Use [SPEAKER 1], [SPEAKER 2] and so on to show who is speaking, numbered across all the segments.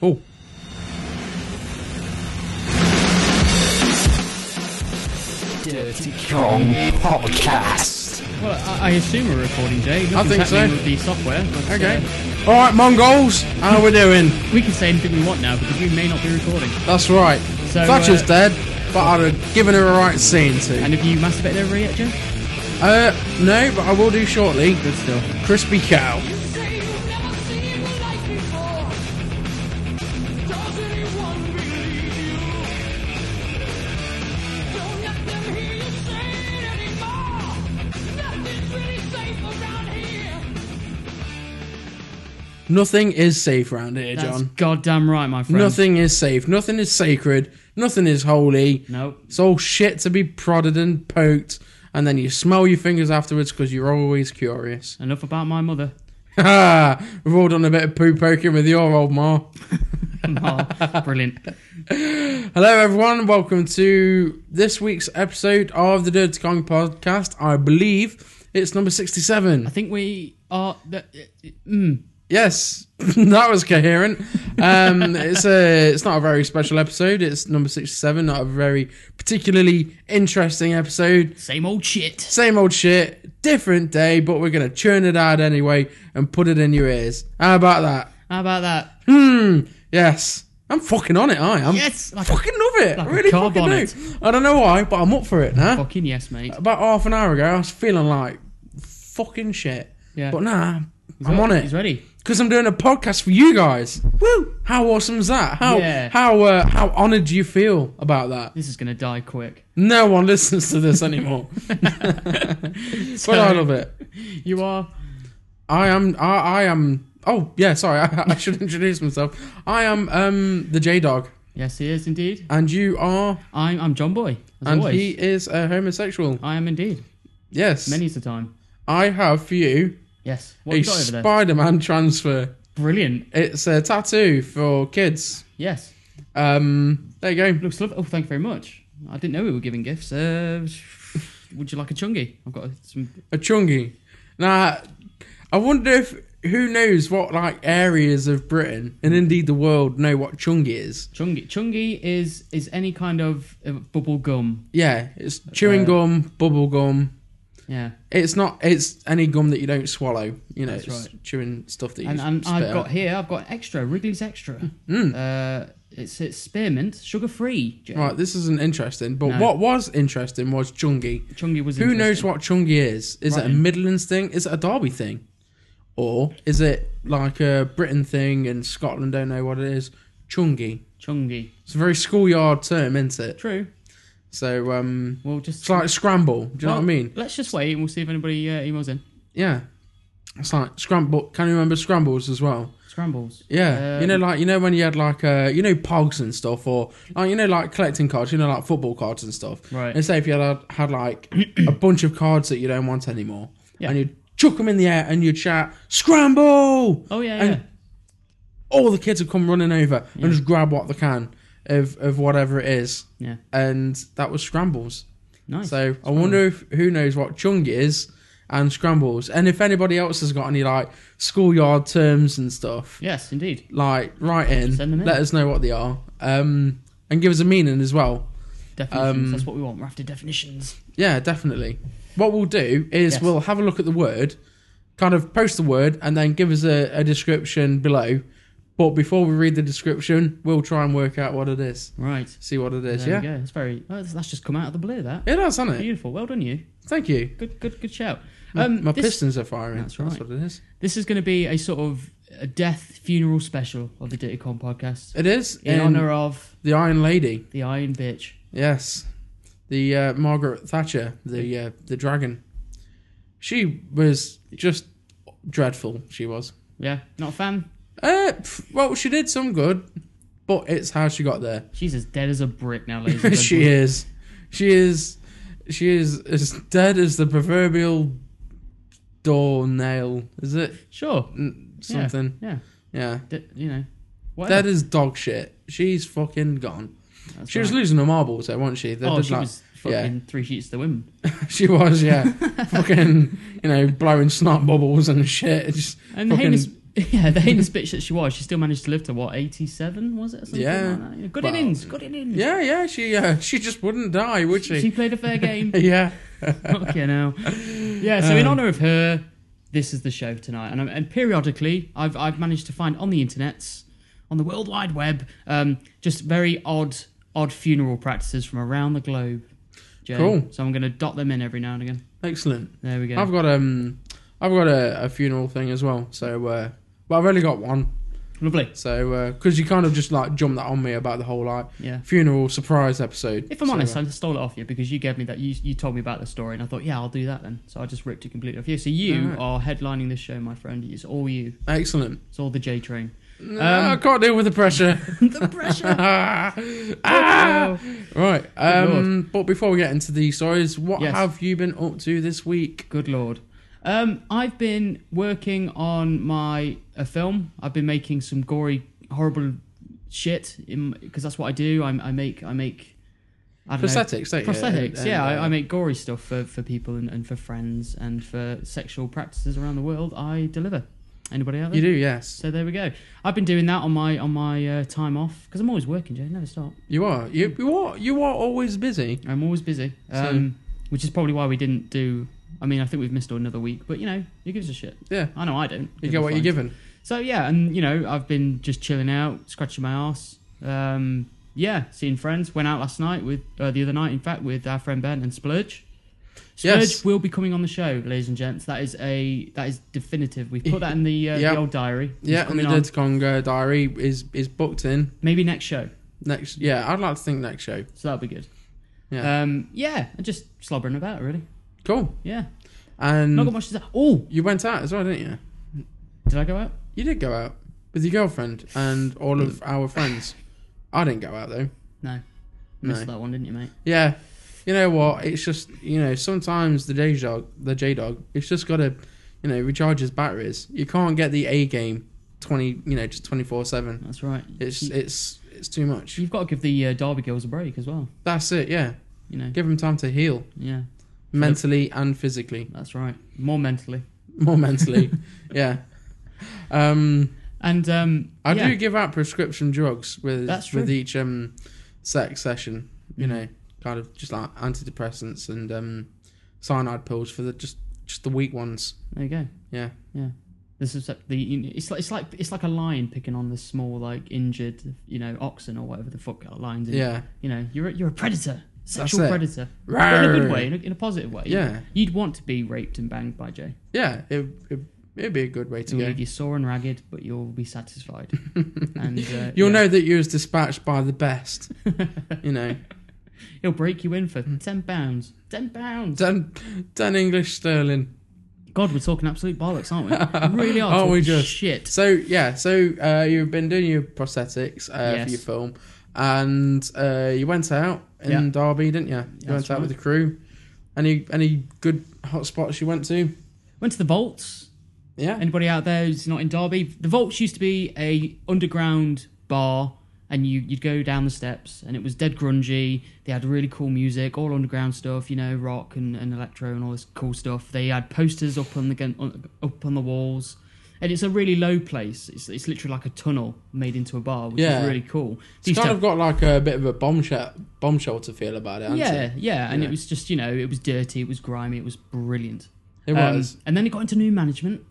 [SPEAKER 1] Oh.
[SPEAKER 2] Dirty Kong Podcast.
[SPEAKER 3] Well, I, I assume we're recording, Jay. Nothing's
[SPEAKER 1] think so.
[SPEAKER 3] happening with the software. but,
[SPEAKER 1] Okay.
[SPEAKER 3] uh,
[SPEAKER 1] All right, Mongols. How we doing?
[SPEAKER 3] we can say anything we want now because we may not be recording.
[SPEAKER 1] That's right.
[SPEAKER 3] So,
[SPEAKER 1] Thatcher's
[SPEAKER 3] uh,
[SPEAKER 1] dead, but I'd have given her a right scene to.
[SPEAKER 3] And have you masturbated over it yet, Jay?
[SPEAKER 1] Uh, no, but I will do shortly.
[SPEAKER 3] Good still.
[SPEAKER 1] Crispy cow. Nothing is safe around here,
[SPEAKER 3] That's
[SPEAKER 1] John.
[SPEAKER 3] goddamn right, my friend.
[SPEAKER 1] Nothing is safe. Nothing is sacred. Nothing is holy.
[SPEAKER 3] No.
[SPEAKER 1] It's all shit to be prodded and poked, and then you smell your fingers afterwards because you're always curious.
[SPEAKER 3] Enough about my mother.
[SPEAKER 1] Ha! We've all done a bit of poo poking with your old ma.
[SPEAKER 3] Oh, brilliant.
[SPEAKER 1] Hello, everyone. Welcome to this week's episode of the Dirty Kong podcast. I believe it's number
[SPEAKER 3] I
[SPEAKER 1] 67.
[SPEAKER 3] think we are. The, uh, mm,
[SPEAKER 1] Yes, that was coherent. Um, it's a, it's not a very special episode. It's number 67, not a very particularly interesting episode.
[SPEAKER 3] same old shit.
[SPEAKER 1] Same old shit, different day, but we're going to churn it out anyway and put it in your ears. How about that?
[SPEAKER 3] How about that?
[SPEAKER 1] Hmm. Yes. I'm fucking on it, I am.
[SPEAKER 3] Yes,
[SPEAKER 1] I
[SPEAKER 3] like a-
[SPEAKER 1] fucking love it.
[SPEAKER 3] like
[SPEAKER 1] I
[SPEAKER 3] a
[SPEAKER 1] really
[SPEAKER 3] carb
[SPEAKER 1] fucking
[SPEAKER 3] on
[SPEAKER 1] do.
[SPEAKER 3] it.
[SPEAKER 1] I don't know why, but I'm up for it now.
[SPEAKER 3] Fucking yes, mate.
[SPEAKER 1] About half an hour ago, I was feeling like fucking shit.
[SPEAKER 3] Yeah.
[SPEAKER 1] But nah,
[SPEAKER 3] He's
[SPEAKER 1] I'm
[SPEAKER 3] re-
[SPEAKER 1] on
[SPEAKER 3] Oh, He's
[SPEAKER 1] it.
[SPEAKER 3] ready.
[SPEAKER 1] Because I'm doing a podcast for you guys. Woo! How awesome is that? How
[SPEAKER 3] Yeah.
[SPEAKER 1] how uh, how honoured do you feel about that?
[SPEAKER 3] This is gonna die quick.
[SPEAKER 1] No one listens to this anymore.
[SPEAKER 3] So,
[SPEAKER 1] but I love it.
[SPEAKER 3] You are.
[SPEAKER 1] I am. I, I am. Oh yeah, sorry. I, I should introduce myself. I am um the J Dog,
[SPEAKER 3] Yes, he is indeed.
[SPEAKER 1] and you are,
[SPEAKER 3] I'm. I'm John Boy. As
[SPEAKER 1] and
[SPEAKER 3] always.
[SPEAKER 1] he is a homosexual.
[SPEAKER 3] I am indeed.
[SPEAKER 1] Yes.
[SPEAKER 3] Many's the time.
[SPEAKER 1] I have for you
[SPEAKER 3] Yes. What
[SPEAKER 1] a
[SPEAKER 3] you got over there?
[SPEAKER 1] Spider-Man transfer.
[SPEAKER 3] Brilliant.
[SPEAKER 1] It's a tattoo for kids.
[SPEAKER 3] Yes.
[SPEAKER 1] Um, there you go.
[SPEAKER 3] Looks lovely. Oh, thank you very much. I didn't know we were giving gifts. Uh, would you like a chungi? I've got some.
[SPEAKER 1] A chungi. Now, I wonder if who knows what like areas of Britain and indeed the world know what chungi is.
[SPEAKER 3] Chungi. Chungi is is any kind of uh, bubble gum.
[SPEAKER 1] Yeah, it's chewing
[SPEAKER 3] Uh,
[SPEAKER 1] gum, bubble gum.
[SPEAKER 3] Yeah.
[SPEAKER 1] It's not. It's any gum that you don't swallow. You know,
[SPEAKER 3] That's
[SPEAKER 1] it's
[SPEAKER 3] right.
[SPEAKER 1] chewing stuff that you.
[SPEAKER 3] And, and
[SPEAKER 1] spit
[SPEAKER 3] I've
[SPEAKER 1] out. Hmm.
[SPEAKER 3] got here. I've got extra Wrigley's extra. Uh, it's it's spearmint, sugar free.
[SPEAKER 1] Right, this isn't interesting. But
[SPEAKER 3] No.
[SPEAKER 1] what was interesting was chungi.
[SPEAKER 3] Chungi was.
[SPEAKER 1] Who knows
[SPEAKER 3] interesting.
[SPEAKER 1] what chungi is? Is it a
[SPEAKER 3] Right.
[SPEAKER 1] Midlands thing? Is it a Derby thing? Or is it like a Britain thing and Scotland don't know what it is? Chungi.
[SPEAKER 3] Chungi.
[SPEAKER 1] It's a very schoolyard term, isn't it?
[SPEAKER 3] True.
[SPEAKER 1] So um,
[SPEAKER 3] We'll just.
[SPEAKER 1] it's like scramble. Do you know what I
[SPEAKER 3] Well,
[SPEAKER 1] mean?
[SPEAKER 3] Let's just wait and we'll see if anybody uh, emails in.
[SPEAKER 1] Yeah. It's like scramble. Can you remember scrambles as well?
[SPEAKER 3] Scrambles.
[SPEAKER 1] Yeah, you know,
[SPEAKER 3] Um,
[SPEAKER 1] like you know when you had like uh, you know pogs and stuff, or like you know like collecting cards, you know like football cards and stuff.
[SPEAKER 3] Right.
[SPEAKER 1] And say if you had had like a bunch of cards that you don't want anymore,
[SPEAKER 3] Yeah.
[SPEAKER 1] and you chuck them in the air and you shout scramble,
[SPEAKER 3] Oh yeah.
[SPEAKER 1] and
[SPEAKER 3] yeah.
[SPEAKER 1] all the kids would come running over and just grab what they can of of whatever it is,
[SPEAKER 3] Yeah.
[SPEAKER 1] and that was scrambles.
[SPEAKER 3] Nice.
[SPEAKER 1] So I wonder if who knows what chung is and scrambles, and if anybody else has got any like schoolyard terms and stuff
[SPEAKER 3] Yes, indeed.
[SPEAKER 1] like write in,
[SPEAKER 3] Send them in.
[SPEAKER 1] let us know what they are, um, and give us a meaning as well.
[SPEAKER 3] Definitions.
[SPEAKER 1] Um,
[SPEAKER 3] that's what we want. We're after definitions.
[SPEAKER 1] Yeah, definitely. What we'll do is
[SPEAKER 3] Yes.
[SPEAKER 1] we'll have a look at the word, kind of post the word, and then give us a, a description below. But before we read the description, we'll try and work out what it is.
[SPEAKER 3] Right.
[SPEAKER 1] See what it is.
[SPEAKER 3] There we
[SPEAKER 1] yeah,
[SPEAKER 3] go. It's very. Oh, that's, that's just come out of the blue. That
[SPEAKER 1] it does, hasn't it?
[SPEAKER 3] beautiful. Well done, you.
[SPEAKER 1] Thank you.
[SPEAKER 3] Good, good, good shout.
[SPEAKER 1] My,
[SPEAKER 3] Um,
[SPEAKER 1] my
[SPEAKER 3] this,
[SPEAKER 1] pistons are firing.
[SPEAKER 3] That's
[SPEAKER 1] That's,
[SPEAKER 3] right.
[SPEAKER 1] what it is.
[SPEAKER 3] this is going to be a sort of a death funeral special of the Dirty Con podcast
[SPEAKER 1] It is
[SPEAKER 3] in
[SPEAKER 1] in
[SPEAKER 3] honor of
[SPEAKER 1] the Iron Lady.
[SPEAKER 3] the Iron Bitch.
[SPEAKER 1] Yes, the uh, Margaret Thatcher, the uh, the dragon. She was just dreadful. She was.
[SPEAKER 3] Yeah, not a fan.
[SPEAKER 1] Uh, pff, well, she did some good, but it's how she got there.
[SPEAKER 3] She's as dead as a brick now, ladies. and
[SPEAKER 1] she
[SPEAKER 3] gentlemen.
[SPEAKER 1] is, she is, she is as dead as the proverbial doornail. Is it
[SPEAKER 3] Sure.
[SPEAKER 1] N-
[SPEAKER 3] Yeah,
[SPEAKER 1] something?
[SPEAKER 3] Yeah.
[SPEAKER 1] Yeah,
[SPEAKER 3] D- you know.
[SPEAKER 1] that
[SPEAKER 3] Whatever.
[SPEAKER 1] is dog shit. She's fucking gone.
[SPEAKER 3] That's
[SPEAKER 1] She was
[SPEAKER 3] right.
[SPEAKER 1] losing her marbles, though, wasn't she? They
[SPEAKER 3] Oh,
[SPEAKER 1] did
[SPEAKER 3] she
[SPEAKER 1] like-
[SPEAKER 3] was fucking three sheets to the wind.
[SPEAKER 1] She was, yeah. fucking, you know, blowing snot bubbles and shit. Just
[SPEAKER 3] And
[SPEAKER 1] fucking
[SPEAKER 3] heinous, yeah, the heinous bitch that she was, she still managed to live to what eighty seven was it? Or something
[SPEAKER 1] Yeah.
[SPEAKER 3] like that? good
[SPEAKER 2] Well,
[SPEAKER 3] innings, good innings.
[SPEAKER 1] Yeah, yeah, she uh, she just wouldn't die, would she?
[SPEAKER 3] she played a fair game.
[SPEAKER 1] yeah.
[SPEAKER 3] Okay, now, yeah. So in
[SPEAKER 1] Um,
[SPEAKER 3] honor of her, this is the show tonight, and, I'm- and periodically, I've I've managed to find on the internets, on the world wide web, um, just very odd odd funeral practices from around the globe. Jay.
[SPEAKER 1] Cool.
[SPEAKER 3] So I'm going to dot them in every now and again.
[SPEAKER 1] Excellent.
[SPEAKER 3] There we go.
[SPEAKER 1] I've got um, I've got a, a funeral thing as well. So, uh, but I've only got one.
[SPEAKER 3] Lovely.
[SPEAKER 1] So, because you kind of just like jumped that on me about the whole like
[SPEAKER 3] Yeah.
[SPEAKER 1] funeral surprise episode.
[SPEAKER 3] If I'm
[SPEAKER 1] So,
[SPEAKER 3] honest,
[SPEAKER 1] uh,
[SPEAKER 3] I stole it off you because you gave me that. You you told me about the story, and I thought, yeah, I'll do that then. So I just ripped it completely off you. So you
[SPEAKER 1] Alright.
[SPEAKER 3] are headlining this show, my friend. It's all you.
[SPEAKER 1] excellent.
[SPEAKER 3] It's all the J train.
[SPEAKER 1] No, I can't deal with the pressure.
[SPEAKER 3] Um, the pressure.
[SPEAKER 1] Ah! Ah! right. Um, but before we get into the stories, what
[SPEAKER 3] Yes.
[SPEAKER 1] have you been up to this week?
[SPEAKER 3] Good lord. Um, I've been working on my a film. I've been making some gory, horrible shit because that's what I do. I, I make I make I don't know,
[SPEAKER 1] Prosthetics, don't you?
[SPEAKER 3] prosthetics.
[SPEAKER 1] And,
[SPEAKER 3] yeah, I,
[SPEAKER 1] uh,
[SPEAKER 3] I make gory stuff for, for people and, and for friends and for sexual practices around the world. I deliver. Anybody out there?
[SPEAKER 1] You do, yes.
[SPEAKER 3] So there we go. I've been doing that on my on my uh, time off because I'm always working, Jay. Never stop.
[SPEAKER 1] You are. You,
[SPEAKER 3] Hmm.
[SPEAKER 1] you are. You are always busy.
[SPEAKER 3] I'm always busy, um, which is probably why we didn't do. I mean, I think we've missed another week, but you know, who gives a shit?
[SPEAKER 1] Yeah.
[SPEAKER 3] I know I don't.
[SPEAKER 1] You
[SPEAKER 3] Give
[SPEAKER 1] get
[SPEAKER 3] a
[SPEAKER 1] what you're
[SPEAKER 3] flying-
[SPEAKER 1] given.
[SPEAKER 3] So yeah, and you know, I've been just chilling out, scratching my ass. Um, yeah, seeing friends. Went out last night with uh, the other night, in fact, with our friend Ben and Splurge. Splurge
[SPEAKER 1] Yes.
[SPEAKER 3] will be coming on the show, ladies and gents. That is a that is definitive. We've put that in the, uh,
[SPEAKER 1] Yeah.
[SPEAKER 3] the old diary. He's
[SPEAKER 1] Yeah, and the
[SPEAKER 3] coming on.
[SPEAKER 1] Dead Congo Diary is is booked in
[SPEAKER 3] maybe next show.
[SPEAKER 1] next. Yeah, I'd like to think next show.
[SPEAKER 3] So that'll be good.
[SPEAKER 1] Yeah.
[SPEAKER 3] Um, yeah, and just slobbering about really.
[SPEAKER 1] Cool.
[SPEAKER 3] Yeah. Not got
[SPEAKER 1] And
[SPEAKER 3] much to say. Oh,
[SPEAKER 1] you went out as well, didn't you?
[SPEAKER 3] did I go out?
[SPEAKER 1] You did go out with your girlfriend and all
[SPEAKER 3] Mm.
[SPEAKER 1] of our friends. I didn't go out though.
[SPEAKER 3] No.
[SPEAKER 1] No.
[SPEAKER 3] Missed that one, didn't you, mate?
[SPEAKER 1] Yeah. You know what? It's just you know sometimes the J dog, the J dog, it's just got to you know recharge his batteries. You can't get the A game twenty, you know, just twenty four seven.
[SPEAKER 3] That's right.
[SPEAKER 1] It's
[SPEAKER 3] you,
[SPEAKER 1] it's it's too much.
[SPEAKER 3] have got to give the uh, Derby girls a break as well.
[SPEAKER 1] That's it. Yeah,
[SPEAKER 3] You know.
[SPEAKER 1] give him time to heal
[SPEAKER 3] yeah,
[SPEAKER 1] mentally and physically.
[SPEAKER 3] that's right. More mentally.
[SPEAKER 1] More mentally. yeah. Um,
[SPEAKER 3] And um,
[SPEAKER 1] I
[SPEAKER 3] yeah,
[SPEAKER 1] do give out prescription drugs with
[SPEAKER 3] That's
[SPEAKER 1] with
[SPEAKER 3] true.
[SPEAKER 1] each um sex session. You
[SPEAKER 3] Mhm.
[SPEAKER 1] know, kind of just like antidepressants and um cyanide pills for the just just the weak ones.
[SPEAKER 3] There you go.
[SPEAKER 1] Yeah.
[SPEAKER 3] Yeah. This is the you know, it's like it's like it's like a lion picking on the small like injured you know oxen or whatever the fuck a lions in.
[SPEAKER 1] Yeah.
[SPEAKER 3] You know you're a, you're a predator, sexual
[SPEAKER 1] it.
[SPEAKER 3] predator. But in a good
[SPEAKER 1] Rawr.
[SPEAKER 3] way, in a, in a positive way.
[SPEAKER 1] Yeah.
[SPEAKER 3] You'd want to be raped and banged by Jay.
[SPEAKER 1] Yeah. It, it it'd be a good way to
[SPEAKER 3] It'll
[SPEAKER 1] go.
[SPEAKER 3] leave you sore and ragged, but you'll be satisfied. and uh,
[SPEAKER 1] You'll
[SPEAKER 3] yeah.
[SPEAKER 1] know that you was dispatched by the best. you know,
[SPEAKER 3] He'll break you in for ten pounds. Ten pounds.
[SPEAKER 1] ten ten English sterling.
[SPEAKER 3] God, we're talking absolute bollocks, aren't we? We really are.
[SPEAKER 1] Aren't
[SPEAKER 3] talking
[SPEAKER 1] we just?
[SPEAKER 3] shit?
[SPEAKER 1] So yeah, so uh, you've been doing your prosthetics uh,
[SPEAKER 3] Yes.
[SPEAKER 1] for your film, and uh, you went out in
[SPEAKER 3] Yeah.
[SPEAKER 1] Derby, didn't you? You went
[SPEAKER 3] That's
[SPEAKER 1] out
[SPEAKER 3] right.
[SPEAKER 1] with the crew. Any any good hot spots you went to?
[SPEAKER 3] Went to the vaults.
[SPEAKER 1] Yeah,
[SPEAKER 3] Anybody out there who's not in Derby? The vaults used to be a underground bar, and you you'd go down the steps, and it was dead grungy. They had really cool music, all underground stuff, you know, rock and, and electro and all this cool stuff. They had posters up on the gun- on- up on the walls. And it's a really low place. It's, it's literally like a tunnel made into a bar, which
[SPEAKER 1] Yeah.
[SPEAKER 3] is really cool. So you
[SPEAKER 1] it's
[SPEAKER 3] used to
[SPEAKER 1] kind
[SPEAKER 3] have-
[SPEAKER 1] of got like a bit of a bomb shel- bomb shelter feel about it. hasn't
[SPEAKER 3] Yeah, yeah, and
[SPEAKER 1] Yeah.
[SPEAKER 3] it was just you know it was dirty, it was grimy, it was brilliant.
[SPEAKER 1] it, it was.
[SPEAKER 3] Um, and then it got into new management,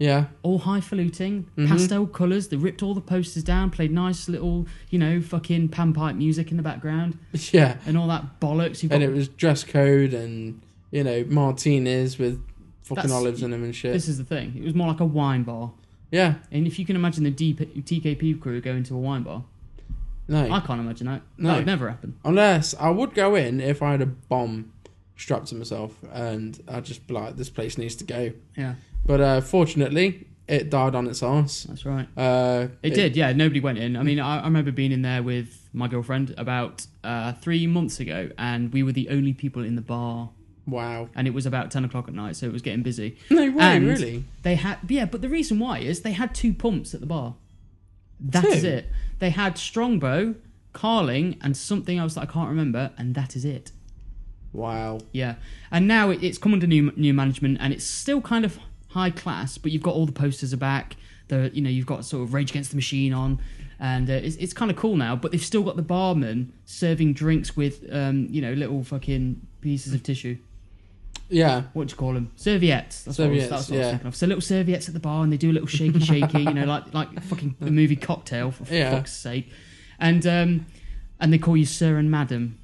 [SPEAKER 1] yeah,
[SPEAKER 3] all highfalutin,
[SPEAKER 1] Mm-hmm.
[SPEAKER 3] pastel colours. They ripped all the posters down, played nice little you know fucking panpipe music in the background,
[SPEAKER 1] yeah.
[SPEAKER 3] and all that bollocks. You've got,
[SPEAKER 1] And it was dress code and you know martinis with fucking
[SPEAKER 3] That's-
[SPEAKER 1] olives in them and shit.
[SPEAKER 3] this is the thing. It was more like a wine bar,
[SPEAKER 1] yeah,
[SPEAKER 3] and if you can imagine the D- TKP crew going to a wine bar,
[SPEAKER 1] no.
[SPEAKER 3] I can't imagine that.
[SPEAKER 1] No.
[SPEAKER 3] That would never happen.
[SPEAKER 1] Unless I would go in if I had a bomb strapped to myself and I'd just be like, this place needs to go.
[SPEAKER 3] Yeah,
[SPEAKER 1] But uh, fortunately, it died on its arse.
[SPEAKER 3] that's right.
[SPEAKER 1] Uh,
[SPEAKER 3] It, did, yeah. Nobody went in. I mean, I, I remember being in there with my girlfriend about uh, three months ago, and we were the only people in the bar,
[SPEAKER 1] Wow.
[SPEAKER 3] and it was about ten o'clock at night, so it was getting busy.
[SPEAKER 1] No way,
[SPEAKER 3] And
[SPEAKER 1] really?
[SPEAKER 3] They had, yeah, but the reason why is they had two pumps at the bar. That is
[SPEAKER 1] Two?
[SPEAKER 3] it. They had Strongbow, Carling, and something else that I can't remember, and that is it.
[SPEAKER 1] Wow.
[SPEAKER 3] Yeah, and now it, it's come under new new management, and it's still kind of high class, but you've got all the posters are back. the you know you've got sort of Rage Against the Machine on, and uh, it's it's kind of cool now. But they've still got the barman serving drinks with um you know little fucking pieces of tissue.
[SPEAKER 1] Yeah.
[SPEAKER 3] What do you call them? Serviettes. That's what, I was,
[SPEAKER 1] Serviettes,
[SPEAKER 3] that's what I
[SPEAKER 1] yeah.
[SPEAKER 3] was thinking of. So little serviettes at the bar, and they do a little shaky, shaky. You know, like like fucking the movie Cocktail for
[SPEAKER 1] Yeah.
[SPEAKER 3] fuck's sake. And um, and they call you Sir and Madam.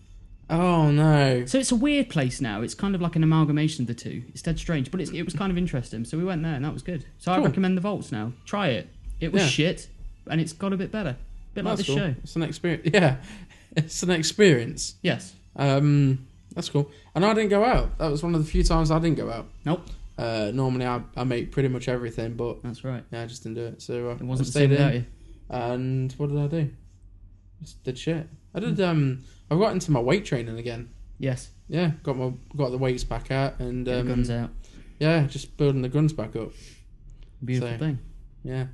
[SPEAKER 1] Oh no.
[SPEAKER 3] So it's a weird place now. It's kind of like an amalgamation of the two. It's dead strange, but it's, it was kind of interesting. So we went there, and that was good. So
[SPEAKER 1] Cool.
[SPEAKER 3] I recommend the vaults now. Try it. It was
[SPEAKER 1] Yeah.
[SPEAKER 3] shit, and it's got a bit better. bit like
[SPEAKER 1] That's
[SPEAKER 3] this
[SPEAKER 1] cool.
[SPEAKER 3] show.
[SPEAKER 1] It's an experience. Yeah. It's an experience.
[SPEAKER 3] Yes.
[SPEAKER 1] Um, that's cool. And I didn't go out. That was one of the few times I didn't go out.
[SPEAKER 3] Nope.
[SPEAKER 1] Uh, normally I, I make pretty much everything, but
[SPEAKER 3] That's right.
[SPEAKER 1] yeah, I just didn't do it. So uh,
[SPEAKER 3] Mm. It
[SPEAKER 1] I
[SPEAKER 3] wasn't the same
[SPEAKER 1] stayed
[SPEAKER 3] without
[SPEAKER 1] in.
[SPEAKER 3] you.
[SPEAKER 1] And what did I do? Just did shit. I did.
[SPEAKER 3] Mm.
[SPEAKER 1] Um, I've got into my weight training again.
[SPEAKER 3] Yes.
[SPEAKER 1] Yeah, got my got the weights back out and
[SPEAKER 3] Get
[SPEAKER 1] um,
[SPEAKER 3] the guns out.
[SPEAKER 1] yeah, just building the guns back up.
[SPEAKER 3] Beautiful
[SPEAKER 1] so-
[SPEAKER 3] thing.
[SPEAKER 1] Yeah.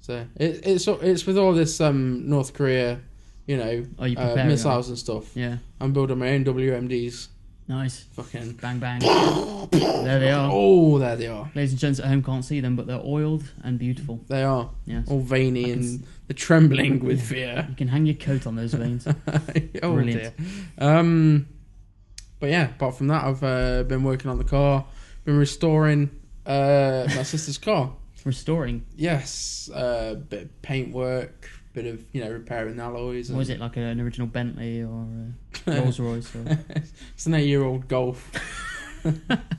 [SPEAKER 1] So it, it's it's with all this um North Korea, you know,
[SPEAKER 3] Are you
[SPEAKER 1] uh,
[SPEAKER 3] preparing?
[SPEAKER 1] missiles and stuff.
[SPEAKER 3] Yeah.
[SPEAKER 1] I'm building my own WMDs.
[SPEAKER 3] Nice.
[SPEAKER 1] Fucking
[SPEAKER 3] Bang bang. there they are.
[SPEAKER 1] oh, there they are.
[SPEAKER 3] Ladies and gents at home can't see them, but they're oiled and beautiful.
[SPEAKER 1] They are
[SPEAKER 3] Yes.
[SPEAKER 1] all
[SPEAKER 3] I
[SPEAKER 1] veiny
[SPEAKER 3] can
[SPEAKER 1] and the trembling with fear.
[SPEAKER 3] You can hang your coat on those veins.
[SPEAKER 1] oh dear.
[SPEAKER 3] Brilliant.
[SPEAKER 1] Um, but yeah, apart from that, I've uh, been working on the car, been restoring uh, my sister's car.
[SPEAKER 3] Restoring.
[SPEAKER 1] Yes, uh, bit of paint work, bit of you know repairing alloys.
[SPEAKER 3] What is it like an original Bentley or a Rolls Royce? Or...
[SPEAKER 1] It's an eight-year-old Golf.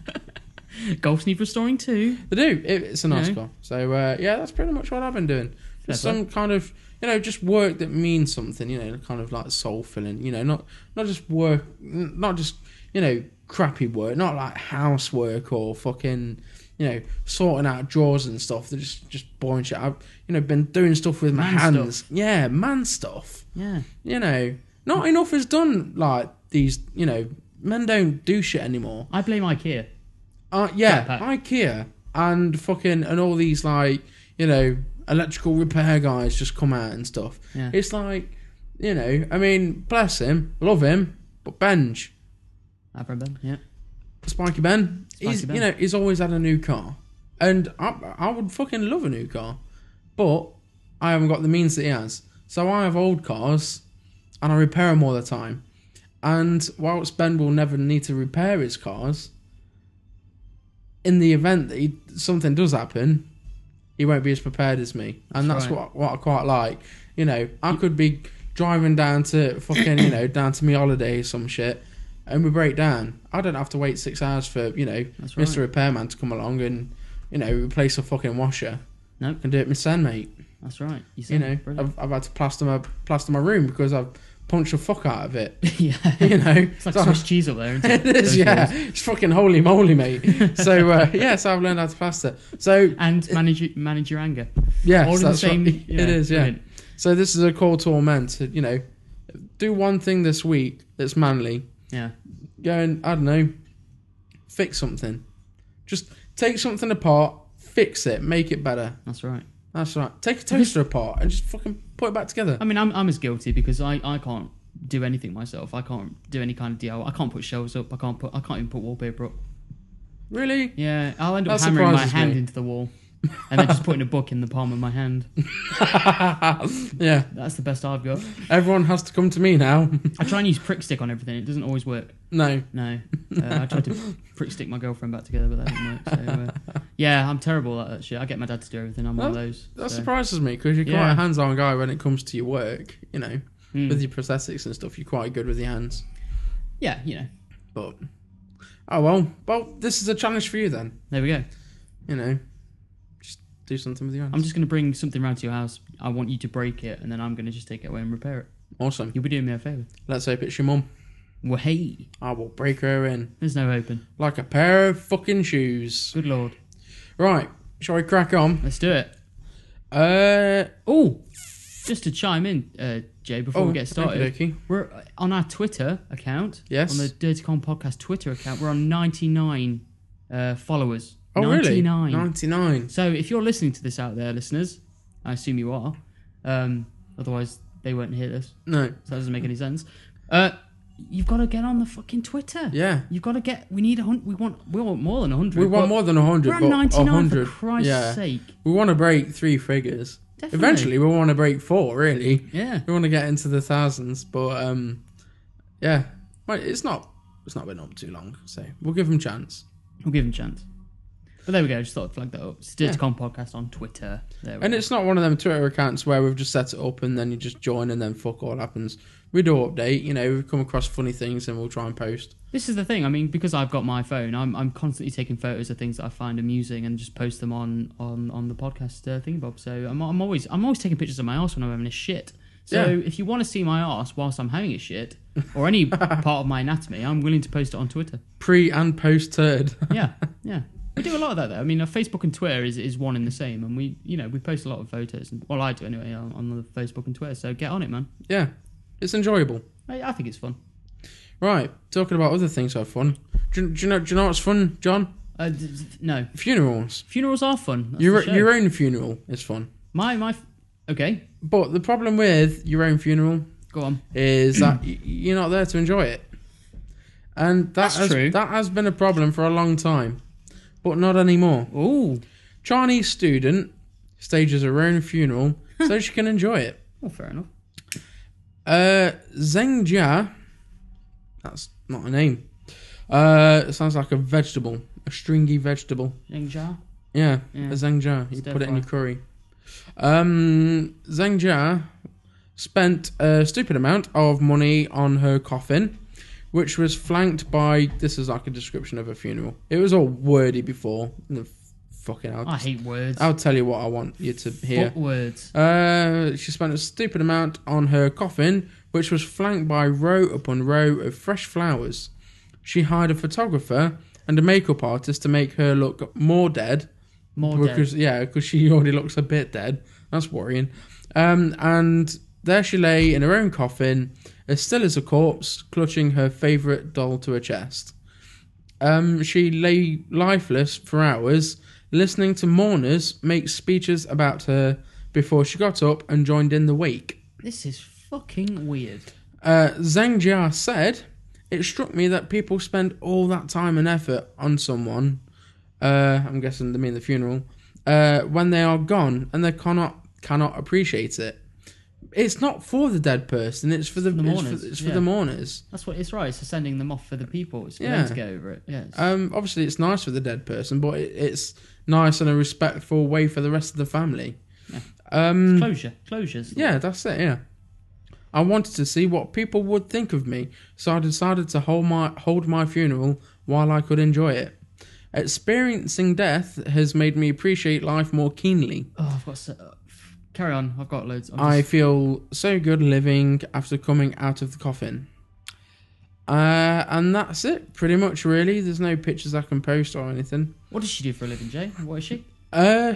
[SPEAKER 3] Golf's need restoring too.
[SPEAKER 1] They do. It, it's a nice
[SPEAKER 3] Yeah.
[SPEAKER 1] car. So uh, yeah, that's pretty much what I've been doing.
[SPEAKER 3] Fair
[SPEAKER 1] Just some kind of you know just work that means something. You know, kind of like soul filling. You know, not not just work, n- not just you know crappy work, not like housework or fucking you know sorting out drawers and stuff. They're just just boring shit. I've you know been doing stuff with my
[SPEAKER 3] Man
[SPEAKER 1] hands. Yeah, man stuff.
[SPEAKER 3] Yeah.
[SPEAKER 1] You know, not enough is done. Like these, you know, men don't do shit anymore.
[SPEAKER 3] I blame IKEA.
[SPEAKER 1] Uh, yeah,
[SPEAKER 3] Backpack.
[SPEAKER 1] IKEA and fucking and all these like you know electrical repair guys just come out and stuff.
[SPEAKER 3] Yeah.
[SPEAKER 1] It's like you know, I mean, bless him, love him, but Benj,
[SPEAKER 3] Abra Ben. Yeah.
[SPEAKER 1] Spiky Ben, he's
[SPEAKER 3] Spiky Ben.
[SPEAKER 1] you know he's always had a new car, and I I would fucking love a new car, but I haven't got the means that he has, so I have old cars, and I repair them all the time, and whilst Ben will never need to repair his cars, in the event that he, something does happen, he won't be as prepared as me, and
[SPEAKER 3] That's
[SPEAKER 1] that's
[SPEAKER 3] right.
[SPEAKER 1] what what I quite like. You know, I could be driving down to fucking you know down to me holiday or some shit, and we break down. I don't have to wait six hours for you know
[SPEAKER 3] That's right.
[SPEAKER 1] Mr. Repairman to come along and you know replace a fucking washer.
[SPEAKER 3] Nope.
[SPEAKER 1] I can do it myself, mate.
[SPEAKER 3] That's right. You, see,
[SPEAKER 1] You know,
[SPEAKER 3] Brilliant.
[SPEAKER 1] I've, I've had to plaster my plaster my room because I've punched the fuck out of it.
[SPEAKER 3] yeah.
[SPEAKER 1] You know,
[SPEAKER 3] It's like
[SPEAKER 1] So-
[SPEAKER 3] Swiss cheese up there. Isn't it?
[SPEAKER 1] it is,
[SPEAKER 3] Those
[SPEAKER 1] yeah.
[SPEAKER 3] walls.
[SPEAKER 1] It's fucking holy moly, mate. so uh, yeah, so I've learned how to plaster. So
[SPEAKER 3] And manage your- manage your anger.
[SPEAKER 1] yeah,
[SPEAKER 3] All in the
[SPEAKER 1] that's
[SPEAKER 3] same.
[SPEAKER 1] right.
[SPEAKER 3] yeah,
[SPEAKER 1] It is, yeah.
[SPEAKER 3] brilliant.
[SPEAKER 1] So this is a call to all men to you know, do one thing this week that's manly.
[SPEAKER 3] Yeah.
[SPEAKER 1] Go and I don't know, fix something. Just take something apart, fix it, make it better.
[SPEAKER 3] That's right.
[SPEAKER 1] That's right. Take a toaster apart and just fucking put it back together.
[SPEAKER 3] I mean, I'm I'm as guilty because I I can't do anything myself. I can't do any kind of DIY. I can't put shelves up. I can't put. I can't even put wallpaper up.
[SPEAKER 1] Really?
[SPEAKER 3] Yeah, I'll end up
[SPEAKER 1] That
[SPEAKER 3] hammering my
[SPEAKER 1] surprises
[SPEAKER 3] hand
[SPEAKER 1] me.
[SPEAKER 3] into the wall, and then just putting a book in the palm of my hand.
[SPEAKER 1] Yeah.
[SPEAKER 3] That's the best I've got.
[SPEAKER 1] Everyone has to come to me now.
[SPEAKER 3] I try and use prick stick on everything. It doesn't always work.
[SPEAKER 1] no.
[SPEAKER 3] No, uh, I tried to prick stick my girlfriend back together, but that didn't work. So, uh, yeah, I'm terrible at that shit. I get my dad to do everything. I'm one of
[SPEAKER 1] That-
[SPEAKER 3] those.
[SPEAKER 1] That
[SPEAKER 3] so.
[SPEAKER 1] surprises me because you're quite
[SPEAKER 3] Yeah.
[SPEAKER 1] a hands-on guy when it comes to your work. You know,
[SPEAKER 3] Mm.
[SPEAKER 1] with your prosthetics and stuff, you're quite good with your hands.
[SPEAKER 3] Yeah, you know.
[SPEAKER 1] But oh well, well, this is a challenge for you then.
[SPEAKER 3] There we go.
[SPEAKER 1] You know, just do something with your hands.
[SPEAKER 3] I'm just going to bring something round to your house. I want you to break it, and then I'm going to just take it away and repair it.
[SPEAKER 1] awesome.
[SPEAKER 3] You'll be doing me a favour.
[SPEAKER 1] Let's hope it's your mum.
[SPEAKER 3] Well, hey,
[SPEAKER 1] I will break her in
[SPEAKER 3] there's no open.
[SPEAKER 1] like a pair of fucking shoes.
[SPEAKER 3] Good lord.
[SPEAKER 1] Right, shall we crack on?
[SPEAKER 3] Let's do it.
[SPEAKER 1] Uh
[SPEAKER 3] Oh, just to chime in, uh, Jay, before
[SPEAKER 1] oh,
[SPEAKER 3] we get started,
[SPEAKER 1] okey-dokey.
[SPEAKER 3] we're uh, on our Twitter account.
[SPEAKER 1] Yes.
[SPEAKER 3] On the Dirty Con Podcast Twitter account, we're on 99 uh, followers.
[SPEAKER 1] Oh
[SPEAKER 3] 99.
[SPEAKER 1] really? Ninety-nine.
[SPEAKER 3] So if you're listening to this out there, listeners, I assume you are. Um, otherwise, they won't hear this.
[SPEAKER 1] No.
[SPEAKER 3] So that doesn't make any sense. Uh, you've got to get on the fucking Twitter.
[SPEAKER 1] Yeah.
[SPEAKER 3] You've got to get. We need a hundred. We want. We want more than a hundred.
[SPEAKER 1] We want
[SPEAKER 3] but
[SPEAKER 1] more than 100,
[SPEAKER 3] We're at
[SPEAKER 1] but
[SPEAKER 3] ninety nine for
[SPEAKER 1] 100.
[SPEAKER 3] Christ's
[SPEAKER 1] yeah.
[SPEAKER 3] sake.
[SPEAKER 1] We want to break three figures.
[SPEAKER 3] Definitely.
[SPEAKER 1] Eventually, we want to break four, really.
[SPEAKER 3] Yeah.
[SPEAKER 1] We want to get into the thousands, but um, yeah. Well, it's not it's not been up too long, so we'll give them a chance.
[SPEAKER 3] We'll give him a chance. But there we go. Just thought I'd flag that up.
[SPEAKER 1] Yeah.
[SPEAKER 3] Stiticon podcast on Twitter. There we
[SPEAKER 1] And
[SPEAKER 3] go.
[SPEAKER 1] it's not one of them Twitter accounts where we've just set it up and then you just join and then fuck all happens. We do update, you know, we come across funny things and we'll try and post.
[SPEAKER 3] This is the thing. I mean, because I've got my phone, I'm, I'm constantly taking photos of things that I find amusing and just post them on on on the podcast uh, thing, Bob. So I'm, I'm always I'm always taking pictures of my ass when I'm having a shit. So
[SPEAKER 1] Yeah.
[SPEAKER 3] if you want to see my ass whilst I'm having a shit or any part of my anatomy, I'm willing to post it on Twitter.
[SPEAKER 1] Pre and post turd.
[SPEAKER 3] Yeah, yeah. We do a lot of that though. I mean, uh, Facebook and Twitter is, is one in the same, and we you know we post a lot of photos. And, well, I do anyway on, on the Facebook and Twitter. So get on it, man.
[SPEAKER 1] yeah. It's enjoyable.
[SPEAKER 3] I, I think it's fun.
[SPEAKER 1] Right. Talking about other things that are fun. Do, you- do you know do you know what's fun, John?
[SPEAKER 3] Uh, d- d- no,
[SPEAKER 1] Funerals.
[SPEAKER 3] funerals are fun. That's
[SPEAKER 1] Your
[SPEAKER 3] the show.
[SPEAKER 1] your own funeral is fun.
[SPEAKER 3] my my. f- Okay,
[SPEAKER 1] But the problem with your own funeral
[SPEAKER 3] go on.
[SPEAKER 1] is that y- you're not there to enjoy it. And that
[SPEAKER 3] That's
[SPEAKER 1] has,
[SPEAKER 3] true.
[SPEAKER 1] that has been a problem for a long time, but not anymore.
[SPEAKER 3] Oh,
[SPEAKER 1] Chinese student stages her own funeral so she can enjoy it.
[SPEAKER 3] well, fair enough.
[SPEAKER 1] Uh, Zheng Jia, that's not a name. Uh, it sounds like a vegetable, a stringy vegetable.
[SPEAKER 3] Zhengzhou.
[SPEAKER 1] Yeah,
[SPEAKER 3] Yeah.
[SPEAKER 1] a Zhang Jia. You
[SPEAKER 3] Stir
[SPEAKER 1] put it in your
[SPEAKER 3] fry.
[SPEAKER 1] curry. Um, Zhang Jia spent a stupid amount of money on her coffin, which was flanked by. This is like a description of a funeral. It was all wordy before. The fucking hell.
[SPEAKER 3] I hate words.
[SPEAKER 1] I'll tell you what I want you to hear.
[SPEAKER 3] Fuck words.
[SPEAKER 1] Uh, she spent a stupid amount on her coffin, which was flanked by row upon row of fresh flowers. She hired a photographer and a makeup artist to make her look more dead.
[SPEAKER 3] More
[SPEAKER 1] because,
[SPEAKER 3] dead.
[SPEAKER 1] Yeah, because she already looks a bit dead. That's worrying. Um, and there she lay in her own coffin, as still as a corpse, clutching her favourite doll to her chest. Um, she lay lifeless for hours, listening to mourners make speeches about her before she got up and joined in the wake.
[SPEAKER 3] This is fucking weird.
[SPEAKER 1] Uh, Zhang Jia said, It struck me that people spend all that time and effort on someone, uh, I'm guessing they mean the funeral, uh, when they are gone and they cannot, cannot appreciate it. It's not for the dead person, it's for the,
[SPEAKER 3] The
[SPEAKER 1] it's for-
[SPEAKER 3] mourners,
[SPEAKER 1] it's for
[SPEAKER 3] yeah.
[SPEAKER 1] the mourners.
[SPEAKER 3] That's what it's right. It's sending them off for the people. It's for
[SPEAKER 1] Yeah.
[SPEAKER 3] them to get over it. Yeah. it's-
[SPEAKER 1] Um, obviously, it's nice for the dead person, but it, it's nice in a respectful way for the rest of the family.
[SPEAKER 3] Yeah.
[SPEAKER 1] Um,
[SPEAKER 3] closure. Closures.
[SPEAKER 1] yeah, that's it. Yeah, I wanted to see what people would think of me, so I decided to hold my hold my funeral while I could enjoy it. Experiencing death has made me appreciate life more keenly.
[SPEAKER 3] Oh, I've got. So, uh, carry on. I've got loads. I'm
[SPEAKER 1] I
[SPEAKER 3] just-
[SPEAKER 1] feel so good living after coming out of the coffin. Uh, and that's it, pretty much. Really, there's no pictures I can post or anything.
[SPEAKER 3] What does she do for a living, Jay? What is she?
[SPEAKER 1] Uh,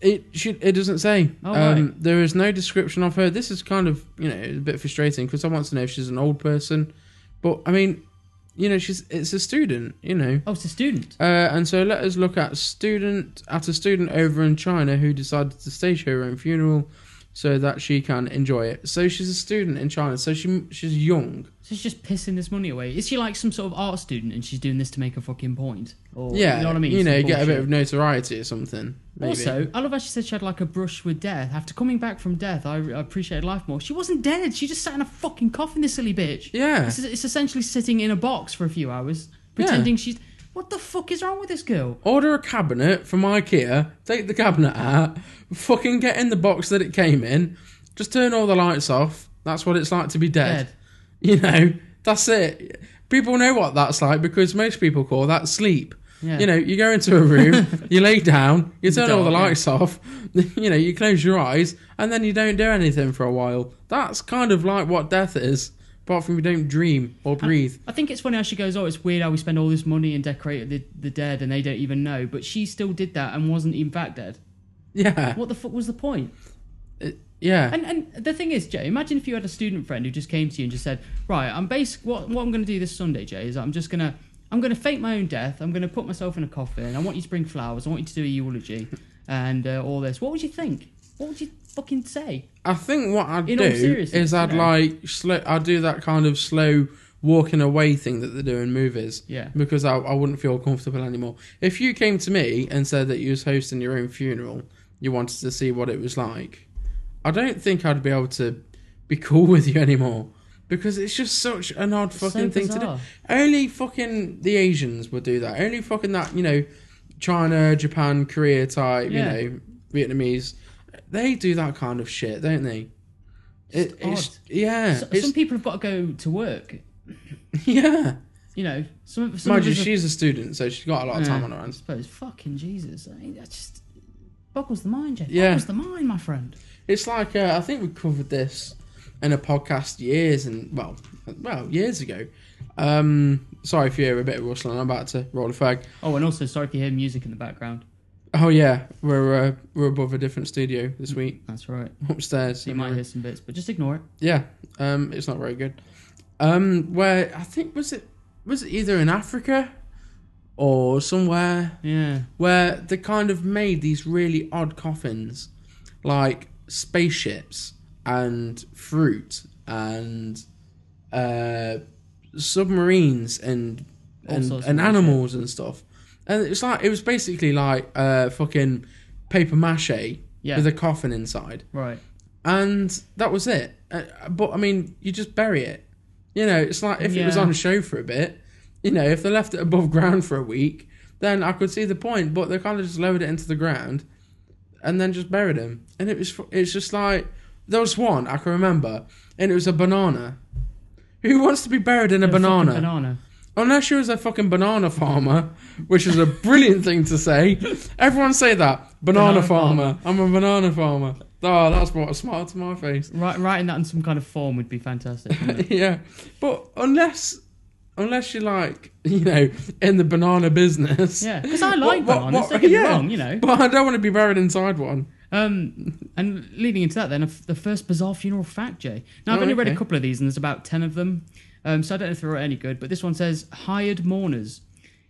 [SPEAKER 1] it should. It doesn't say.
[SPEAKER 3] Oh,
[SPEAKER 1] um, There is no description of her. This is kind of you know a bit frustrating because I want to know if she's an old person, but I mean, you know, she's it's a student. You know.
[SPEAKER 3] Oh, it's a student.
[SPEAKER 1] Uh, and so let us look at student at a student over in China who decided to stage her own funeral, so that she can enjoy it. So she's a student in China. So she she's young.
[SPEAKER 3] So she's just pissing this money away. Is she like some sort of art student and she's doing this to make a fucking point? Or
[SPEAKER 1] yeah,
[SPEAKER 3] You know what I mean?
[SPEAKER 1] You
[SPEAKER 3] Some
[SPEAKER 1] know, get a
[SPEAKER 3] bullshit.
[SPEAKER 1] bit of notoriety or something. Maybe.
[SPEAKER 3] Also, I love how she said she had like a brush with death. After coming back from death, I, I appreciated life more. She wasn't dead. She just sat in a fucking coffin, this silly bitch.
[SPEAKER 1] yeah,
[SPEAKER 3] It's, it's essentially sitting in a box for a few hours, pretending she's. What the fuck is wrong with this girl?
[SPEAKER 1] Order a cabinet from IKEA, take the cabinet out, fucking get in the box that it came in, just turn all the lights off. That's what it's like to be dead. You know, that's it. People know what that's like because most people call that sleep.
[SPEAKER 3] Yeah.
[SPEAKER 1] You know, you go into a room, you lay down, you
[SPEAKER 3] the
[SPEAKER 1] turn all the
[SPEAKER 3] dark, yeah.
[SPEAKER 1] lights off, you know, you close your eyes, and then you don't do anything for a while. That's kind of like what death is, apart from you don't dream or breathe.
[SPEAKER 3] I think it's funny how she goes, "Oh, it's weird how we spend all this money and decorate the, the dead, and they don't even know." But she still did that and wasn't in fact dead.
[SPEAKER 1] Yeah.
[SPEAKER 3] What the fuck was the point?
[SPEAKER 1] It- yeah.
[SPEAKER 3] And and the thing is, Jay, imagine if you had a student friend who just came to you and just said, "Right, I'm basic. What what I'm going to do this Sunday, Jay, is I'm just going to." I'm going to fake my own death. I'm going to put myself in a coffin. I want you to bring flowers. I want you to do a eulogy and uh, all this. What would you think? What would you fucking say?
[SPEAKER 1] I think what I'd
[SPEAKER 3] In all
[SPEAKER 1] do
[SPEAKER 3] seriousness,
[SPEAKER 1] is I'd
[SPEAKER 3] you know.
[SPEAKER 1] like slow. I'd do that kind of slow walking away thing that they do in movies
[SPEAKER 3] Yeah.
[SPEAKER 1] because I, I wouldn't feel comfortable anymore. If you came to me and said that you was hosting your own funeral, you wanted to see what it was like, I don't think I'd be able to be cool with you anymore because it's just such an odd
[SPEAKER 3] so
[SPEAKER 1] fucking thing to do.
[SPEAKER 3] bizarre.
[SPEAKER 1] Only fucking the Asians would do that. Only fucking that you know, China, Japan, Korea type,
[SPEAKER 3] Yeah.
[SPEAKER 1] you know, Vietnamese. They do that kind of shit, don't they? It, it's yeah,
[SPEAKER 3] So-
[SPEAKER 1] it's,
[SPEAKER 3] some people have got to go to work.
[SPEAKER 1] yeah.
[SPEAKER 3] You know, some, of- some
[SPEAKER 1] Mind
[SPEAKER 3] of
[SPEAKER 1] you,
[SPEAKER 3] us are-
[SPEAKER 1] she's a student, so she's got a lot of time
[SPEAKER 3] Yeah,
[SPEAKER 1] on her
[SPEAKER 3] I
[SPEAKER 1] hands.
[SPEAKER 3] suppose. Fucking Jesus. I mean, that just boggles the mind, Jake.
[SPEAKER 1] Yeah.
[SPEAKER 3] Boggles the mind, my friend.
[SPEAKER 1] It's like uh, I think we covered this in a podcast years and well, well years ago. Um, sorry if you hear a bit of rustling. I'm about to roll a fag.
[SPEAKER 3] Oh, and also, sorry if you hear music in the background.
[SPEAKER 1] Oh yeah, we're uh, we're above a different studio this week
[SPEAKER 3] That's right.
[SPEAKER 1] upstairs.
[SPEAKER 3] So you might hear some bits, but just ignore it.
[SPEAKER 1] Yeah, um, it's not very good. Um, where I think was it was it either in Africa or somewhere
[SPEAKER 3] Yeah.
[SPEAKER 1] where they kind of made these really odd coffins, like spaceships and fruit and uh, submarines and
[SPEAKER 3] All
[SPEAKER 1] and,
[SPEAKER 3] sorts of
[SPEAKER 1] and
[SPEAKER 3] weird
[SPEAKER 1] animals and stuff. And it's like it was basically like uh, fucking paper mache
[SPEAKER 3] Yeah.
[SPEAKER 1] with a coffin inside,
[SPEAKER 3] Right.
[SPEAKER 1] and that was it. Uh, but I mean, you just bury it. You know, it's like if it was
[SPEAKER 3] Yeah.
[SPEAKER 1] on show for a bit. You know, if they left it above ground for a week, then I could see the point. But they kind of just lowered it into the ground, and then just buried him. And it was fu- it's just like there was one I can remember, and it was a banana. Who wants to be buried in a
[SPEAKER 3] Yeah, fucking
[SPEAKER 1] banana?
[SPEAKER 3] Banana.
[SPEAKER 1] Unless you was a fucking banana farmer, which is a brilliant thing to say. Everyone say that. Banana,
[SPEAKER 3] Banana
[SPEAKER 1] farmer.
[SPEAKER 3] farmer.
[SPEAKER 1] I'm a banana farmer. Oh, that's brought a smile to my face.
[SPEAKER 3] Right, writing that in some kind of form would be fantastic. wouldn't it?
[SPEAKER 1] yeah. But unless unless you're like, you know, in the banana business.
[SPEAKER 3] yeah, because I like
[SPEAKER 1] What- what-
[SPEAKER 3] bananas.
[SPEAKER 1] what-
[SPEAKER 3] don't get me
[SPEAKER 1] yeah.
[SPEAKER 3] wrong, you know.
[SPEAKER 1] But I don't want to be buried inside one.
[SPEAKER 3] Um, and leading into that, then of the first bizarre funeral fact, Jay. Now I've
[SPEAKER 1] Oh,
[SPEAKER 3] only read
[SPEAKER 1] okay.
[SPEAKER 3] a couple of these, and there's about ten of them. Um, so I don't know if they're any good, but this one says hired mourners.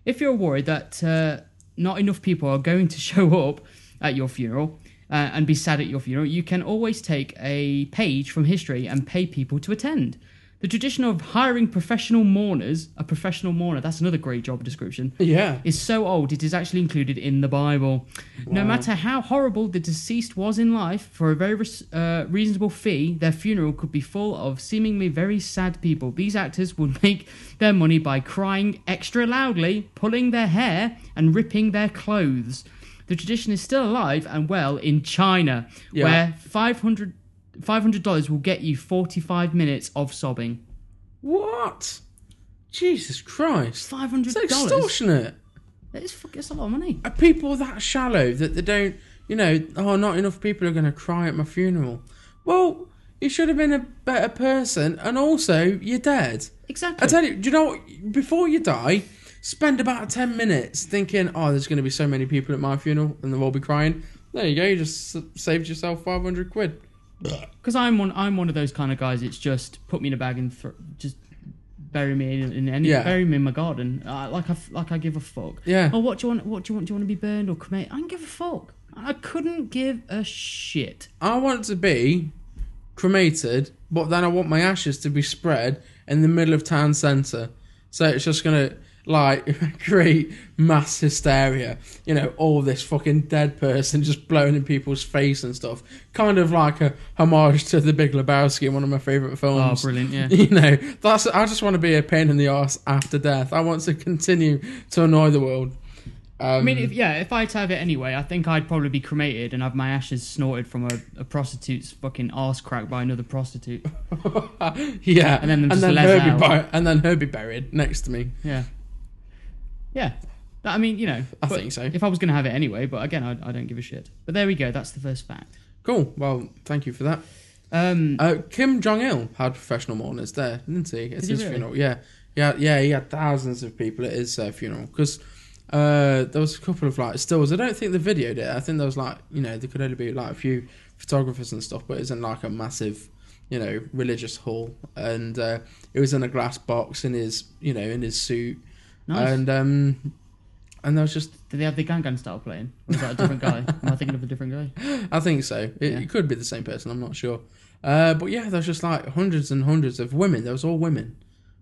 [SPEAKER 3] If you're worried that uh, not enough people are going to show up at your funeral uh, and be sad at your funeral, you can always take a page from history and pay people to attend. The tradition of hiring professional mourners, a professional mourner, that's another great job description,
[SPEAKER 1] Yeah.
[SPEAKER 3] is so old it is actually included in the Bible. No matter how horrible the deceased was in life, for a very res- uh, reasonable fee, their funeral could be full of seemingly very sad people. These actors would make their money by crying extra loudly, pulling their hair, and ripping their clothes. The tradition is still alive and well in China,
[SPEAKER 1] Yeah.
[SPEAKER 3] where 500 $500 will get you 45 minutes of sobbing.
[SPEAKER 1] What? Jesus Christ.
[SPEAKER 3] $500?
[SPEAKER 1] It's extortionate.
[SPEAKER 3] It's, fuck- it's a lot of money.
[SPEAKER 1] Are people that shallow that they don't, you know, oh, not enough people are going to cry at my funeral? Well, you should have been a better person, and also you're dead.
[SPEAKER 3] Exactly.
[SPEAKER 1] I tell you, do you know what? Before you die, spend about 10 minutes thinking, oh, there's going to be so many people at my funeral, and they'll all be crying. There you go, you just s- saved yourself 500 quid.
[SPEAKER 3] because I'm one. I'm one of those kind of guys. It's just put me in a bag and thro just bury me in, in any
[SPEAKER 1] Yeah.
[SPEAKER 3] bury me in my garden. Uh, like I f- like I give a fuck.
[SPEAKER 1] Yeah.
[SPEAKER 3] Oh, what do you want? What do you want? Do you want to be burned or cremated? I don't give a fuck. I couldn't give a shit.
[SPEAKER 1] I want to be cremated, but then I want my ashes to be spread in the middle of town centre. So it's just gonna like create mass hysteria. You know, all this fucking dead person just blowing in people's face and stuff. Kind of like a homage to the Big Lebowski, one of my favourite films.
[SPEAKER 3] Ah, brilliant, yeah.
[SPEAKER 1] You know, that's I just want to be a pain in the arse after death. I want to continue to annoy the world.
[SPEAKER 3] I mean,
[SPEAKER 1] Mm.
[SPEAKER 3] if, yeah. If I had to have it anyway, I think I'd probably be cremated and have my ashes snorted from a, a prostitute's fucking arse crack by another prostitute.
[SPEAKER 1] yeah.
[SPEAKER 3] And then them
[SPEAKER 1] and
[SPEAKER 3] just
[SPEAKER 1] then
[SPEAKER 3] let
[SPEAKER 1] her be
[SPEAKER 3] out.
[SPEAKER 1] bur- and then her be buried next to me.
[SPEAKER 3] Yeah. Yeah. That- I mean, you know.
[SPEAKER 1] I
[SPEAKER 3] but
[SPEAKER 1] think so.
[SPEAKER 3] If I was going to have it anyway, but again, I, I don't give a shit. But there we go. That's the first fact.
[SPEAKER 1] Cool. Well, thank you for that.
[SPEAKER 3] Um,
[SPEAKER 1] Uh, Kim Jong Il had professional mourners there, didn't he? It's
[SPEAKER 3] he
[SPEAKER 1] his
[SPEAKER 3] really?
[SPEAKER 1] funeral. Yeah, yeah, yeah. He had thousands of people at his uh, funeral because uh, there was a couple of like stills. I don't think they videoed it. I think there was like you know there could only be like a few photographers and stuff, but it isn't like a massive you know religious hall. And uh, it was in a glass box in his you know in his suit.
[SPEAKER 3] Nice.
[SPEAKER 1] And um, and there was just
[SPEAKER 3] Did they have the Gangnam Style playing? Or is that a different guy? Am I thinking of a different guy?
[SPEAKER 1] I think so. It,
[SPEAKER 3] Yeah.
[SPEAKER 1] it could be the same person. I'm not sure. Uh, but yeah, there was just like hundreds and hundreds of women. There was all women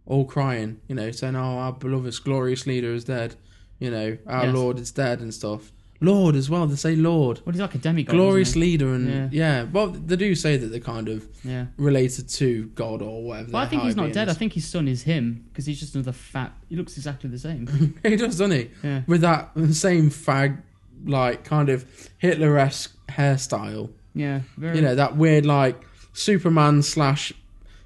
[SPEAKER 1] all crying, you know, saying, "Oh, our beloved glorious leader is dead," you know, "Our
[SPEAKER 3] Yes.
[SPEAKER 1] Lord is dead" and stuff. Lord as well. They say Lord,
[SPEAKER 3] What is like a demigod?
[SPEAKER 1] glorious
[SPEAKER 3] Gloriously.
[SPEAKER 1] leader, and yeah. Well, they do say that they're kind of
[SPEAKER 3] Yeah.
[SPEAKER 1] related to God or whatever.
[SPEAKER 3] Well, I
[SPEAKER 1] their
[SPEAKER 3] think
[SPEAKER 1] high
[SPEAKER 3] he's not
[SPEAKER 1] being
[SPEAKER 3] dead. I
[SPEAKER 1] is.
[SPEAKER 3] think his son is him because he's just another fat. He looks exactly the same.
[SPEAKER 1] he does, doesn't he?
[SPEAKER 3] Yeah.
[SPEAKER 1] With that same fag, like kind of Hitler esque hairstyle.
[SPEAKER 3] Yeah. Very.
[SPEAKER 1] you know that weird like Superman slash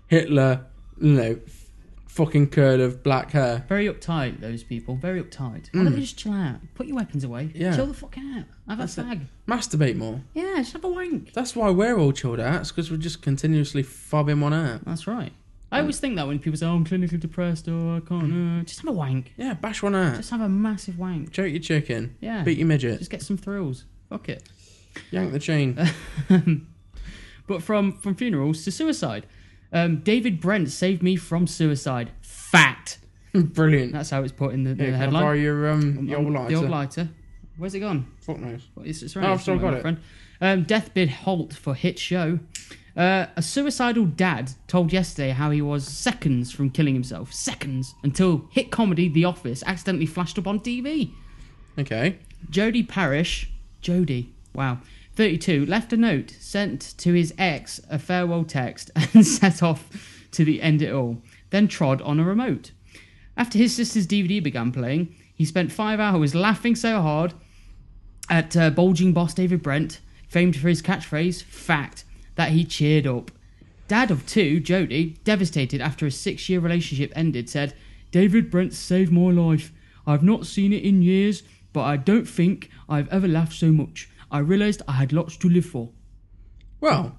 [SPEAKER 1] Hitler, you know, f- fucking curl of black hair.
[SPEAKER 3] Very uptight, those people. Very uptight. Why don't they just chill out? Put your weapons away.
[SPEAKER 1] Hmm. Yeah.
[SPEAKER 3] Chill the fuck out. Have
[SPEAKER 1] That's
[SPEAKER 3] a
[SPEAKER 1] it.
[SPEAKER 3] fag.
[SPEAKER 1] Masturbate more.
[SPEAKER 3] Yeah, just have a wank.
[SPEAKER 1] That's why we're all chilled out. because we're just continuously fobbing one out.
[SPEAKER 3] That's right. I always think that when people say, oh, I'm clinically depressed or I can't. Uh, just have a wank.
[SPEAKER 1] Yeah, bash one out.
[SPEAKER 3] Just have a massive wank.
[SPEAKER 1] Choke your chicken.
[SPEAKER 3] Yeah.
[SPEAKER 1] Beat your midget.
[SPEAKER 3] Just get some thrills. Fuck it.
[SPEAKER 1] Yank the chain.
[SPEAKER 3] But from, from funerals to suicide. Um, David Brent saved me from suicide. Fact.
[SPEAKER 1] Brilliant.
[SPEAKER 3] That's how it's put in the,
[SPEAKER 1] Here,
[SPEAKER 3] the
[SPEAKER 1] can I
[SPEAKER 3] headline.
[SPEAKER 1] borrow your um your
[SPEAKER 3] Um,
[SPEAKER 1] lighter?
[SPEAKER 3] The old lighter. Where's it gone?
[SPEAKER 1] Fuck knows.
[SPEAKER 3] Well, It's, it's
[SPEAKER 1] No,
[SPEAKER 3] right
[SPEAKER 1] I've still
[SPEAKER 3] somewhere,
[SPEAKER 1] got
[SPEAKER 3] my
[SPEAKER 1] it.
[SPEAKER 3] Friend. Um, deathbed halt for hit show. Uh, a suicidal dad told yesterday how he was seconds from killing himself. Seconds until hit comedy The Office accidentally flashed up on TV.
[SPEAKER 1] Okay.
[SPEAKER 3] Jody Parrish, Jody, wow, 32, left a note sent to his ex, a farewell text, and set off to the end it all, then trod on a remote. After his sister's DVD began playing, he spent five hours laughing so hard at uh, bulging boss David Brent, famed for his catchphrase, fact, that he cheered up. Dad of two, Jody, devastated after a six year relationship ended, said, David Brent saved my life. I've not seen it in years, but I don't think I've ever laughed so much. I realised I had lots to live for.
[SPEAKER 1] Well,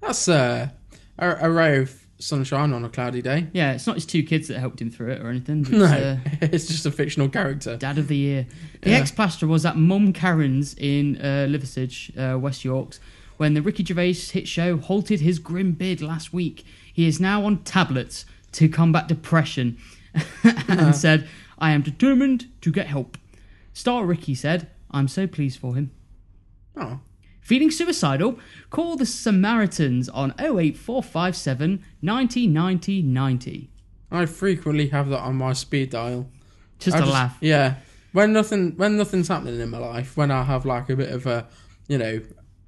[SPEAKER 1] that's uh, a a ray of sunshine on a cloudy day.
[SPEAKER 3] Yeah, it's not his two kids that helped him through it or anything. but It's,
[SPEAKER 1] No,
[SPEAKER 3] uh,
[SPEAKER 1] it's just a fictional character.
[SPEAKER 3] Dad of the year. The
[SPEAKER 1] Yeah.
[SPEAKER 3] ex plaster was at Mum Karen's in uh, Liversidge, uh, West Yorks, when the Ricky Gervais hit show halted his grim bid last week. He is now on tablets to combat depression and
[SPEAKER 1] Uh-huh.
[SPEAKER 3] said, I am determined to get help. Star Ricky said, I'm so pleased for him.
[SPEAKER 1] Oh,
[SPEAKER 3] Feeling suicidal? Call the Samaritans on 08457 90 90 90.
[SPEAKER 1] I frequently have that on my speed dial.
[SPEAKER 3] Just
[SPEAKER 1] I
[SPEAKER 3] a laugh.
[SPEAKER 1] Yeah. When nothing when nothing's happening in my life, when I have like a bit of a, you know,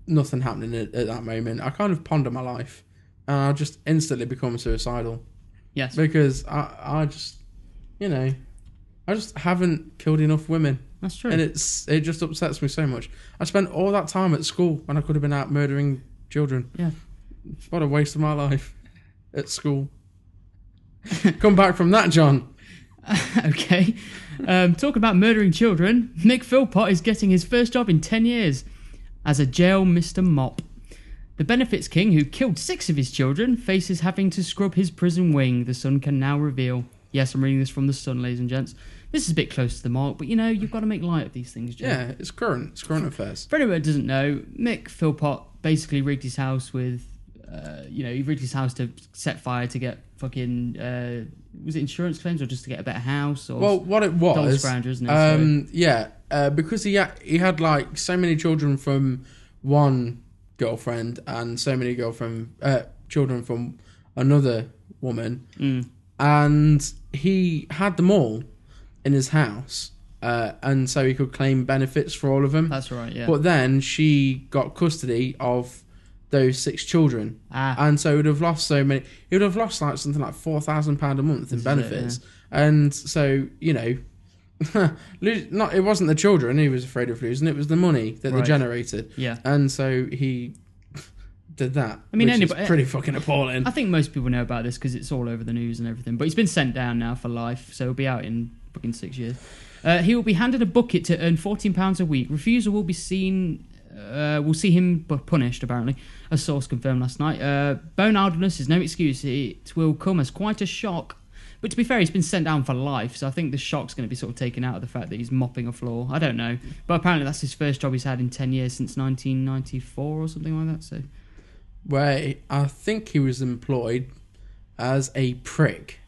[SPEAKER 1] nothing happening at, at that moment, I kind of ponder my life, and I just instantly become suicidal
[SPEAKER 3] Yes.
[SPEAKER 1] because I I just, you know, I just haven't killed enough women,
[SPEAKER 3] That's true.
[SPEAKER 1] and it's it just upsets me so much. I spent all that time at school when I could have been out murdering children.
[SPEAKER 3] yeah.
[SPEAKER 1] What a waste of my life at school. Come back from that, John.
[SPEAKER 3] Okay. Um, talk about murdering children. Mick Philpott is getting his first job in 10 years as a jail Mr. Mop. The benefits king, who killed six of his children, faces having to scrub his prison wing, the Sun can now reveal. Yes, I'm reading this from the Sun, ladies and gents. This is a bit close to the mark, but you know, you've got to make light of these things, Joe.
[SPEAKER 1] Yeah, it's current. It's current affairs.
[SPEAKER 3] For anyone who doesn't know, Mick Philpott basically rigged his house with, uh, you know, he rigged his house to set fire to get fucking, uh, was it insurance claims or just to get a better house? Or
[SPEAKER 1] Well, what it was,
[SPEAKER 3] Scrounger, isn't it?
[SPEAKER 1] um, yeah, uh, because he had, he had like so many children from one girlfriend and so many girlfriend uh, children from another woman,
[SPEAKER 3] Mm.
[SPEAKER 1] and he had them all in his house, uh, and so he could claim benefits for all of them.
[SPEAKER 3] That's right, yeah.
[SPEAKER 1] But then she got custody of those six children,
[SPEAKER 3] Ah.
[SPEAKER 1] and so he would have lost so many. He would have lost like something like four thousand pound a month in
[SPEAKER 3] This is it,
[SPEAKER 1] benefits, and so you know, lo- not it wasn't the children he was afraid of losing; it was the money that they
[SPEAKER 3] Right.
[SPEAKER 1] generated.
[SPEAKER 3] Yeah.
[SPEAKER 1] and so he did that.
[SPEAKER 3] I mean,
[SPEAKER 1] which is
[SPEAKER 3] anybody-
[SPEAKER 1] pretty fucking appalling.
[SPEAKER 3] I think most people know about this because it's all over the news and everything. But he's been sent down now for life, so he'll be out in fucking six years. Uh, he will be handed a bucket to earn fourteen pounds a week. Refusal will be seen. Uh, we'll see him bu- punished. Apparently, a source confirmed last night. Uh, bone idleness is no excuse. It will come as quite a shock. But to be fair, he's been sent down for life, so I think the shock's going to be sort of taken out of the fact that he's mopping a floor. I don't know, but apparently that's his first job he's had in ten years since 1994 or something like that. So
[SPEAKER 1] Where I think he was employed as a prick.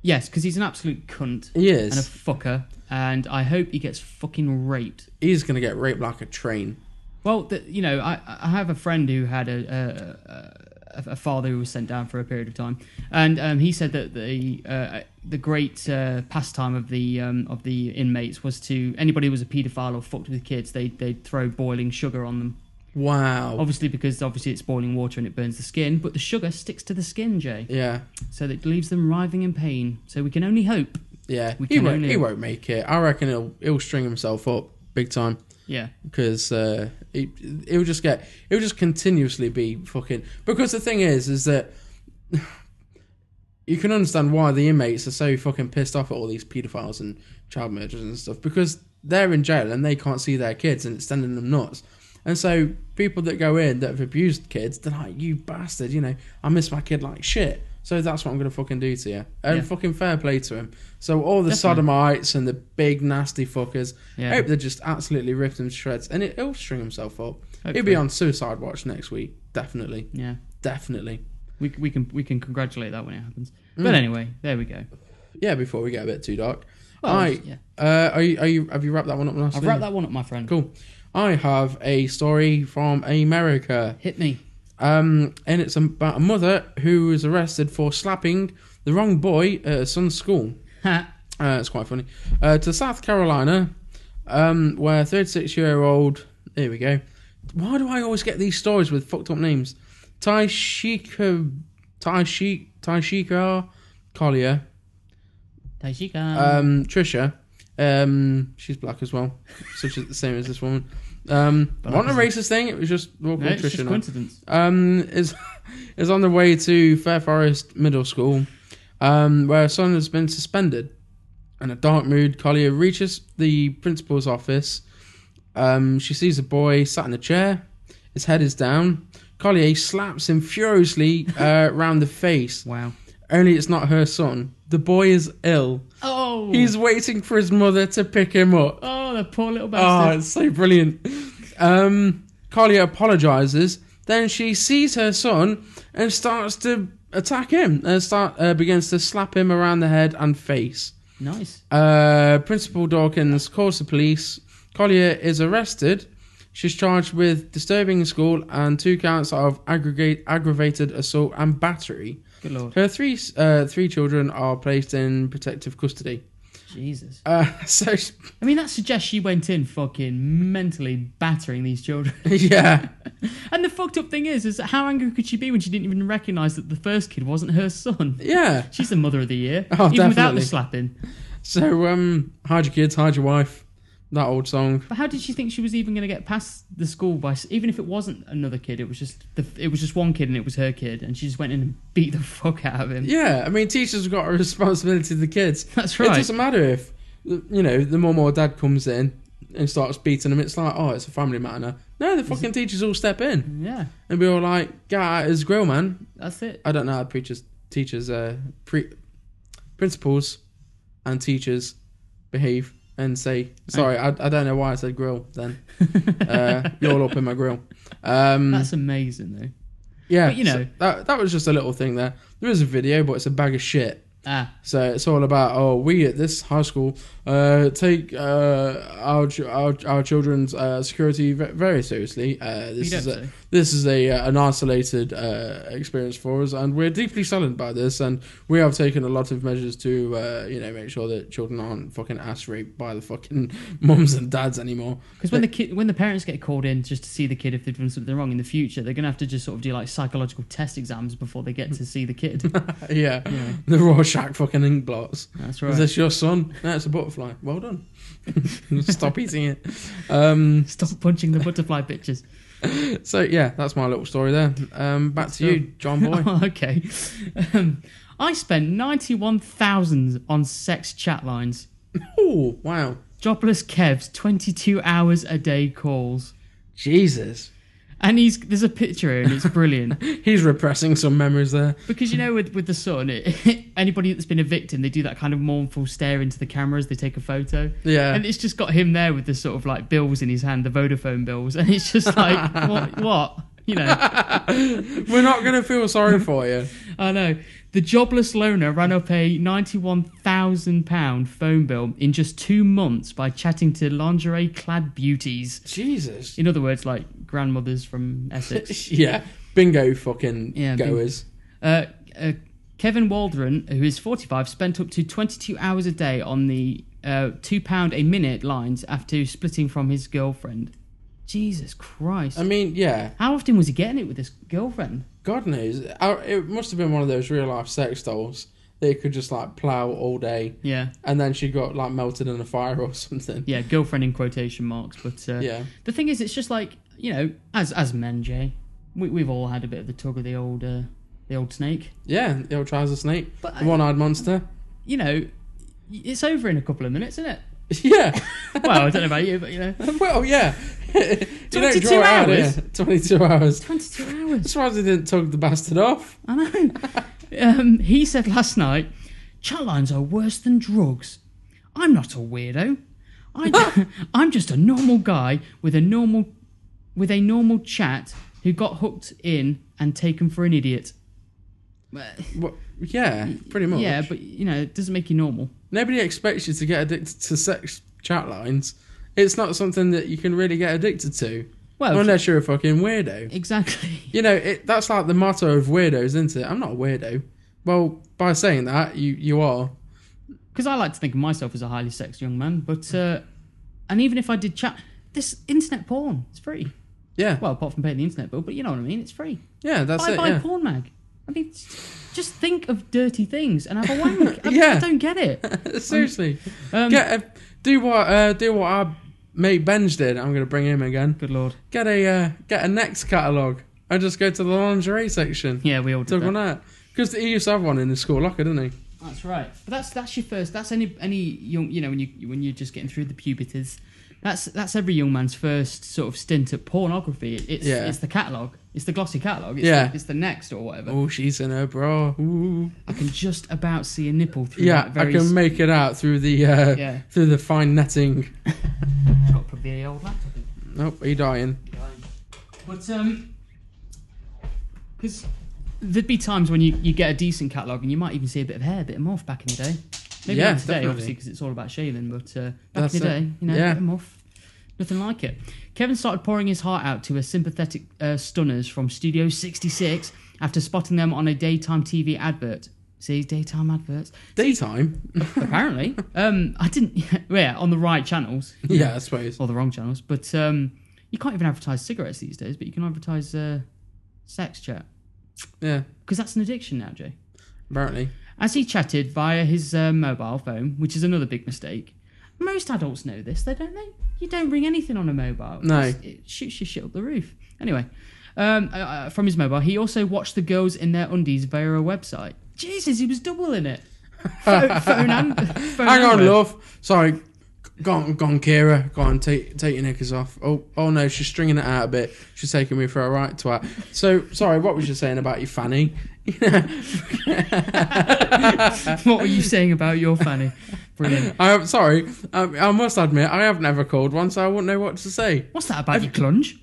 [SPEAKER 3] yes, because he's an absolute cunt.
[SPEAKER 1] He
[SPEAKER 3] and a
[SPEAKER 1] is.
[SPEAKER 3] fucker, and I hope he gets fucking raped.
[SPEAKER 1] He's gonna get raped like a train.
[SPEAKER 3] Well, the, you know, I, I have a friend who had a, a, a, a father who was sent down for a period of time, and um, he said that the uh, the great uh, pastime of the um, of the inmates was to anybody who was a paedophile or fucked with kids, they they'd throw boiling sugar on them.
[SPEAKER 1] Wow.
[SPEAKER 3] Obviously, because obviously it's boiling water and it burns the skin, but the sugar sticks to the skin, Jay,
[SPEAKER 1] Yeah.
[SPEAKER 3] so that it leaves them writhing in pain. So we can only hope.
[SPEAKER 1] Yeah.
[SPEAKER 3] We
[SPEAKER 1] He
[SPEAKER 3] can
[SPEAKER 1] won't,
[SPEAKER 3] only-
[SPEAKER 1] he won't make it. I reckon he'll, he'll string himself up big time.
[SPEAKER 3] Yeah,
[SPEAKER 1] because uh, it it would just get it would just continuously be fucking. Because the thing is, is that you can understand why the inmates are so fucking pissed off at all these paedophiles and child murderers and stuff because they're in jail and they can't see their kids and it's sending them nuts. And so people that go in that have abused kids, they're like, "You bastard!" You know, I miss my kid like shit. So that's what I'm gonna fucking do to you. And
[SPEAKER 3] Yeah.
[SPEAKER 1] fucking fair play to him. So all the
[SPEAKER 3] Definitely.
[SPEAKER 1] sodomites and the big nasty fuckers,
[SPEAKER 3] Yeah.
[SPEAKER 1] Hope they just absolutely ripped him to shreds, and it, he'll string himself up. He'll
[SPEAKER 3] Hopefully.
[SPEAKER 1] be on suicide watch next week, definitely,
[SPEAKER 3] yeah.
[SPEAKER 1] definitely.
[SPEAKER 3] We, we can we can congratulate that when it happens. But anyway, there we go.
[SPEAKER 1] Yeah, before we get a bit too dark.
[SPEAKER 3] Well,
[SPEAKER 1] I,
[SPEAKER 3] Oh, yeah.
[SPEAKER 1] uh, are you, are you, have you wrapped that one up nicely?
[SPEAKER 3] I've wrapped that one up, my friend.
[SPEAKER 1] Cool. I have a story from America,
[SPEAKER 3] Hit me.
[SPEAKER 1] um, and it's about a mother who was arrested for slapping the wrong boy at her son's school.
[SPEAKER 3] Ha.
[SPEAKER 1] Uh, it's quite funny. Uh, to South Carolina, um, where 36 year old. There we go. Why do I always get these stories with fucked up names? Taishika. Taishik. Taishika Collier.
[SPEAKER 3] Tajika.
[SPEAKER 1] Um, Trisha. Um, she's black as well, such as the same as this woman. Um, not a racist thing. It was just we'll
[SPEAKER 3] no,
[SPEAKER 1] call
[SPEAKER 3] it's just
[SPEAKER 1] Trisha now
[SPEAKER 3] coincidence.
[SPEAKER 1] um, is is on the way to Fair Forest Middle School, um, where her son has been suspended. In a dark mood, Collier reaches the principal's office. Um, she sees a boy sat in a chair. His head is down. Collier slaps him furiously uh, round the face.
[SPEAKER 3] Wow.
[SPEAKER 1] Only it's not her son. The boy is ill.
[SPEAKER 3] Oh,
[SPEAKER 1] He's waiting for his mother to pick him up.
[SPEAKER 3] oh, the poor little
[SPEAKER 1] Oh,
[SPEAKER 3] bastard.
[SPEAKER 1] it's so brilliant. Um, Carlia apologizes. Then she sees her son and starts to attack him and start uh, begins to slap him around the head and face.
[SPEAKER 3] nice.
[SPEAKER 1] Uh, Principal Dawkins calls the police. Collier is arrested. She's charged with disturbing the school and two counts of aggregate, aggravated assault and battery.
[SPEAKER 3] Good lord.
[SPEAKER 1] Her three uh, three children are placed in protective custody.
[SPEAKER 3] Jesus.
[SPEAKER 1] Uh, so she-
[SPEAKER 3] I mean, that suggests she went in fucking mentally battering these children.
[SPEAKER 1] yeah,
[SPEAKER 3] and the fucked up thing is, is how angry could she be when she didn't even recognise that the first kid wasn't her son?
[SPEAKER 1] yeah.
[SPEAKER 3] She's the mother of the year,
[SPEAKER 1] Oh,
[SPEAKER 3] even without the
[SPEAKER 1] definitely.
[SPEAKER 3] slapping.
[SPEAKER 1] So, um, hide your kids, hide your wife. That old song.
[SPEAKER 3] But how did she think she was even going to get past the school by? s- Even if it wasn't another kid, it was just the, it was just one kid and it was her kid, and she just went in and beat the fuck out of him.
[SPEAKER 1] Yeah, I mean, teachers have got a responsibility to the kids.
[SPEAKER 3] That's right.
[SPEAKER 1] It doesn't matter if, you know, the mum or dad comes in and starts beating them. It's like, oh, it's a family matter. No, the fucking teachers all step in
[SPEAKER 3] Yeah,
[SPEAKER 1] and be all like, get out of his grill, man.
[SPEAKER 3] that's it.
[SPEAKER 1] I don't know how preachers, teachers, uh, pre- principals and teachers behave and say, sorry, I, I don't know why I said grill then.
[SPEAKER 3] Um,
[SPEAKER 1] uh, you're all up in my grill. Um,
[SPEAKER 3] That's amazing though.
[SPEAKER 1] Yeah,
[SPEAKER 3] But, you know-
[SPEAKER 1] so that that was just a little thing there. There is a video, but it's a bag of shit.
[SPEAKER 3] Ah,
[SPEAKER 1] So it's all about oh, we at this high school uh, take uh, our, ch- our our children's uh, security ve- very seriously. Uh, this,
[SPEAKER 3] You
[SPEAKER 1] is
[SPEAKER 3] don't
[SPEAKER 1] a,
[SPEAKER 3] say.
[SPEAKER 1] this is a uh, an isolated uh, experience for us, and we're deeply saddened by this. And we have taken a lot of measures to uh, you know make sure that children aren't fucking ass raped by the fucking mums and dads anymore.
[SPEAKER 3] because when the kid, when the parents get called in just to see the kid if they've done something wrong in the future, they're gonna have to just sort of do like psychological test exams before they get to see the kid.
[SPEAKER 1] yeah, the Rorschach fucking ink blots.
[SPEAKER 3] That's
[SPEAKER 1] Is
[SPEAKER 3] right.
[SPEAKER 1] this your son? No, it's a butterfly. Well done. Stop eating it. Um,
[SPEAKER 3] Stop punching the butterfly pictures.
[SPEAKER 1] so yeah, that's my little story there. Um, back to you, John Boy.
[SPEAKER 3] Oh, okay. Um, I spent ninety-one thousand on sex chat lines.
[SPEAKER 1] oh wow,
[SPEAKER 3] Jobless Kev's 22 hours a day calls.
[SPEAKER 1] Jesus,
[SPEAKER 3] And he's there's a picture here and it's brilliant
[SPEAKER 1] he's repressing some memories there.
[SPEAKER 3] because you know with with the sun it, anybody that's been a victim they do that kind of mournful stare into the camera as they take a photo
[SPEAKER 1] Yeah.
[SPEAKER 3] and it's just got him there with the sort of like bills in his hand the Vodafone bills and it's just like what what you know
[SPEAKER 1] We're not gonna feel sorry for you.
[SPEAKER 3] I know the jobless loner ran up a ninety one thousand pound phone bill in just two months by chatting to lingerie clad beauties
[SPEAKER 1] Jesus.
[SPEAKER 3] in other words like grandmothers from Essex
[SPEAKER 1] Yeah, bingo fucking
[SPEAKER 3] Yeah, bingo.
[SPEAKER 1] goers.
[SPEAKER 3] Uh, uh, Kevin Waldron, who is 45, spent up to 22 hours a day on the uh, two pound a minute lines after splitting from his girlfriend. Jesus Christ!
[SPEAKER 1] I mean, yeah,
[SPEAKER 3] How often was he getting it with his girlfriend?
[SPEAKER 1] God knows. I, it must have been one of those real life sex dolls that you could just like plow all day,
[SPEAKER 3] Yeah,
[SPEAKER 1] and then she got like melted in a fire or something.
[SPEAKER 3] yeah, girlfriend in quotation marks. But uh,
[SPEAKER 1] Yeah.
[SPEAKER 3] the thing is, it's just like you know, as as men, Jay, we, we've all had a bit of the tug of the old uh, the old snake.
[SPEAKER 1] Yeah, the old trouser snake,
[SPEAKER 3] But
[SPEAKER 1] the
[SPEAKER 3] I-
[SPEAKER 1] one-eyed monster.
[SPEAKER 3] You know, it's over in a couple of minutes, isn't it?
[SPEAKER 1] Yeah.
[SPEAKER 3] Well, I don't know about you, but you know,
[SPEAKER 1] well, yeah. You don't
[SPEAKER 3] 22
[SPEAKER 1] draw it out,
[SPEAKER 3] hours?
[SPEAKER 1] yeah. Twenty-two hours.
[SPEAKER 3] 22 hours.
[SPEAKER 1] Surprised they didn't tug the bastard off.
[SPEAKER 3] I know. um, he said last night, chat lines are worse than drugs. I'm not a weirdo. I, am just a normal guy with a normal, with a normal chat who got hooked in and taken for an idiot. But-
[SPEAKER 1] Well, yeah, pretty much.
[SPEAKER 3] Yeah, but you know, it doesn't make you normal.
[SPEAKER 1] Nobody expects you to get addicted to sex chat lines. It's not something that you can really get addicted to.
[SPEAKER 3] Well,
[SPEAKER 1] unless you're a fucking weirdo.
[SPEAKER 3] exactly.
[SPEAKER 1] You know, it, that's like the motto of weirdos, isn't it? I'm not a weirdo. Well, by saying that, you you are.
[SPEAKER 3] Because I like to think of myself as a highly sexed young man, but uh, and even if I did chat, this internet porn, it's free.
[SPEAKER 1] Yeah.
[SPEAKER 3] Well, apart from paying the internet bill, but you know what I mean. It's free.
[SPEAKER 1] yeah, that's
[SPEAKER 3] I
[SPEAKER 1] it.
[SPEAKER 3] buy
[SPEAKER 1] Yeah.
[SPEAKER 3] porn mag. I mean, s- just think of dirty things and have a wank. I,
[SPEAKER 1] Yeah.
[SPEAKER 3] I don't get it.
[SPEAKER 1] Seriously.
[SPEAKER 3] Um,
[SPEAKER 1] get a, do what uh, do what our mate Benj did. I'm going to bring him again.
[SPEAKER 3] Good lord.
[SPEAKER 1] Get a uh, get a next catalog and just go to the lingerie section.
[SPEAKER 3] Yeah, we all did
[SPEAKER 1] Tug on that.
[SPEAKER 3] that.
[SPEAKER 1] Because he used to have one in his school locker, didn't he?
[SPEAKER 3] That's right. But that's that's your first. That's any any young. You know, when you when you're just getting through the puberties, that's that's every young man's first sort of stint at pornography. It's
[SPEAKER 1] Yeah.
[SPEAKER 3] it's the catalog. It's the glossy catalog. It's
[SPEAKER 1] Yeah.
[SPEAKER 3] The, it's the next or whatever.
[SPEAKER 1] Oh, she's in her bra. Ooh.
[SPEAKER 3] I can just about see a nipple through
[SPEAKER 1] Yeah,
[SPEAKER 3] that
[SPEAKER 1] I
[SPEAKER 3] very.
[SPEAKER 1] can make it out through the uh,
[SPEAKER 3] Yeah.
[SPEAKER 1] through the fine netting.
[SPEAKER 3] It's got probably the old laptop. in
[SPEAKER 1] Nope, he dying.
[SPEAKER 3] But um, because there'd be times when you, you get a decent catalogue and you might even see a bit of hair, a bit of morph back in the day. Maybe
[SPEAKER 1] Yeah,
[SPEAKER 3] not today,
[SPEAKER 1] definitely.
[SPEAKER 3] obviously, because it's all about shaving. But uh, back
[SPEAKER 1] That's
[SPEAKER 3] in the
[SPEAKER 1] it.
[SPEAKER 3] day, you know,
[SPEAKER 1] Yeah.
[SPEAKER 3] a bit of morph, nothing like it. Kevin started pouring his heart out to a sympathetic uh, stunners from Studio 66 after spotting them on a daytime TV advert. See, daytime adverts.
[SPEAKER 1] Daytime.
[SPEAKER 3] Apparently, um, I didn't. Yeah, on the right channels
[SPEAKER 1] Yeah, I suppose.
[SPEAKER 3] or the wrong channels. But um, you can't even advertise cigarettes these days, but you can advertise uh, sex chat
[SPEAKER 1] Yeah,
[SPEAKER 3] because that's an addiction now, Jay.
[SPEAKER 1] apparently.
[SPEAKER 3] As he chatted via his uh, mobile phone, which is another big mistake. Most adults know this, though, don't they? You don't ring anything on a mobile.
[SPEAKER 1] No.
[SPEAKER 3] It's- It shoots your shit up the roof. Anyway, um, uh, uh, from his mobile, he also watched the girls in their undies via a website. Jesus, he was doubling it. Phone, phone and phone
[SPEAKER 1] Hang
[SPEAKER 3] and
[SPEAKER 1] on,
[SPEAKER 3] web.
[SPEAKER 1] love. Sorry. Go on, go on, Kira. Go on, take take your knickers off. Oh, oh no, she's stringing it out a bit. She's taking me for a right twat. So, sorry. What was you saying about your fanny?
[SPEAKER 3] What were you saying about your fanny? Brilliant.
[SPEAKER 1] I'm Um, sorry. I, I must admit, I have never called one, so I wouldn't know what to say.
[SPEAKER 3] What's that about your clunge?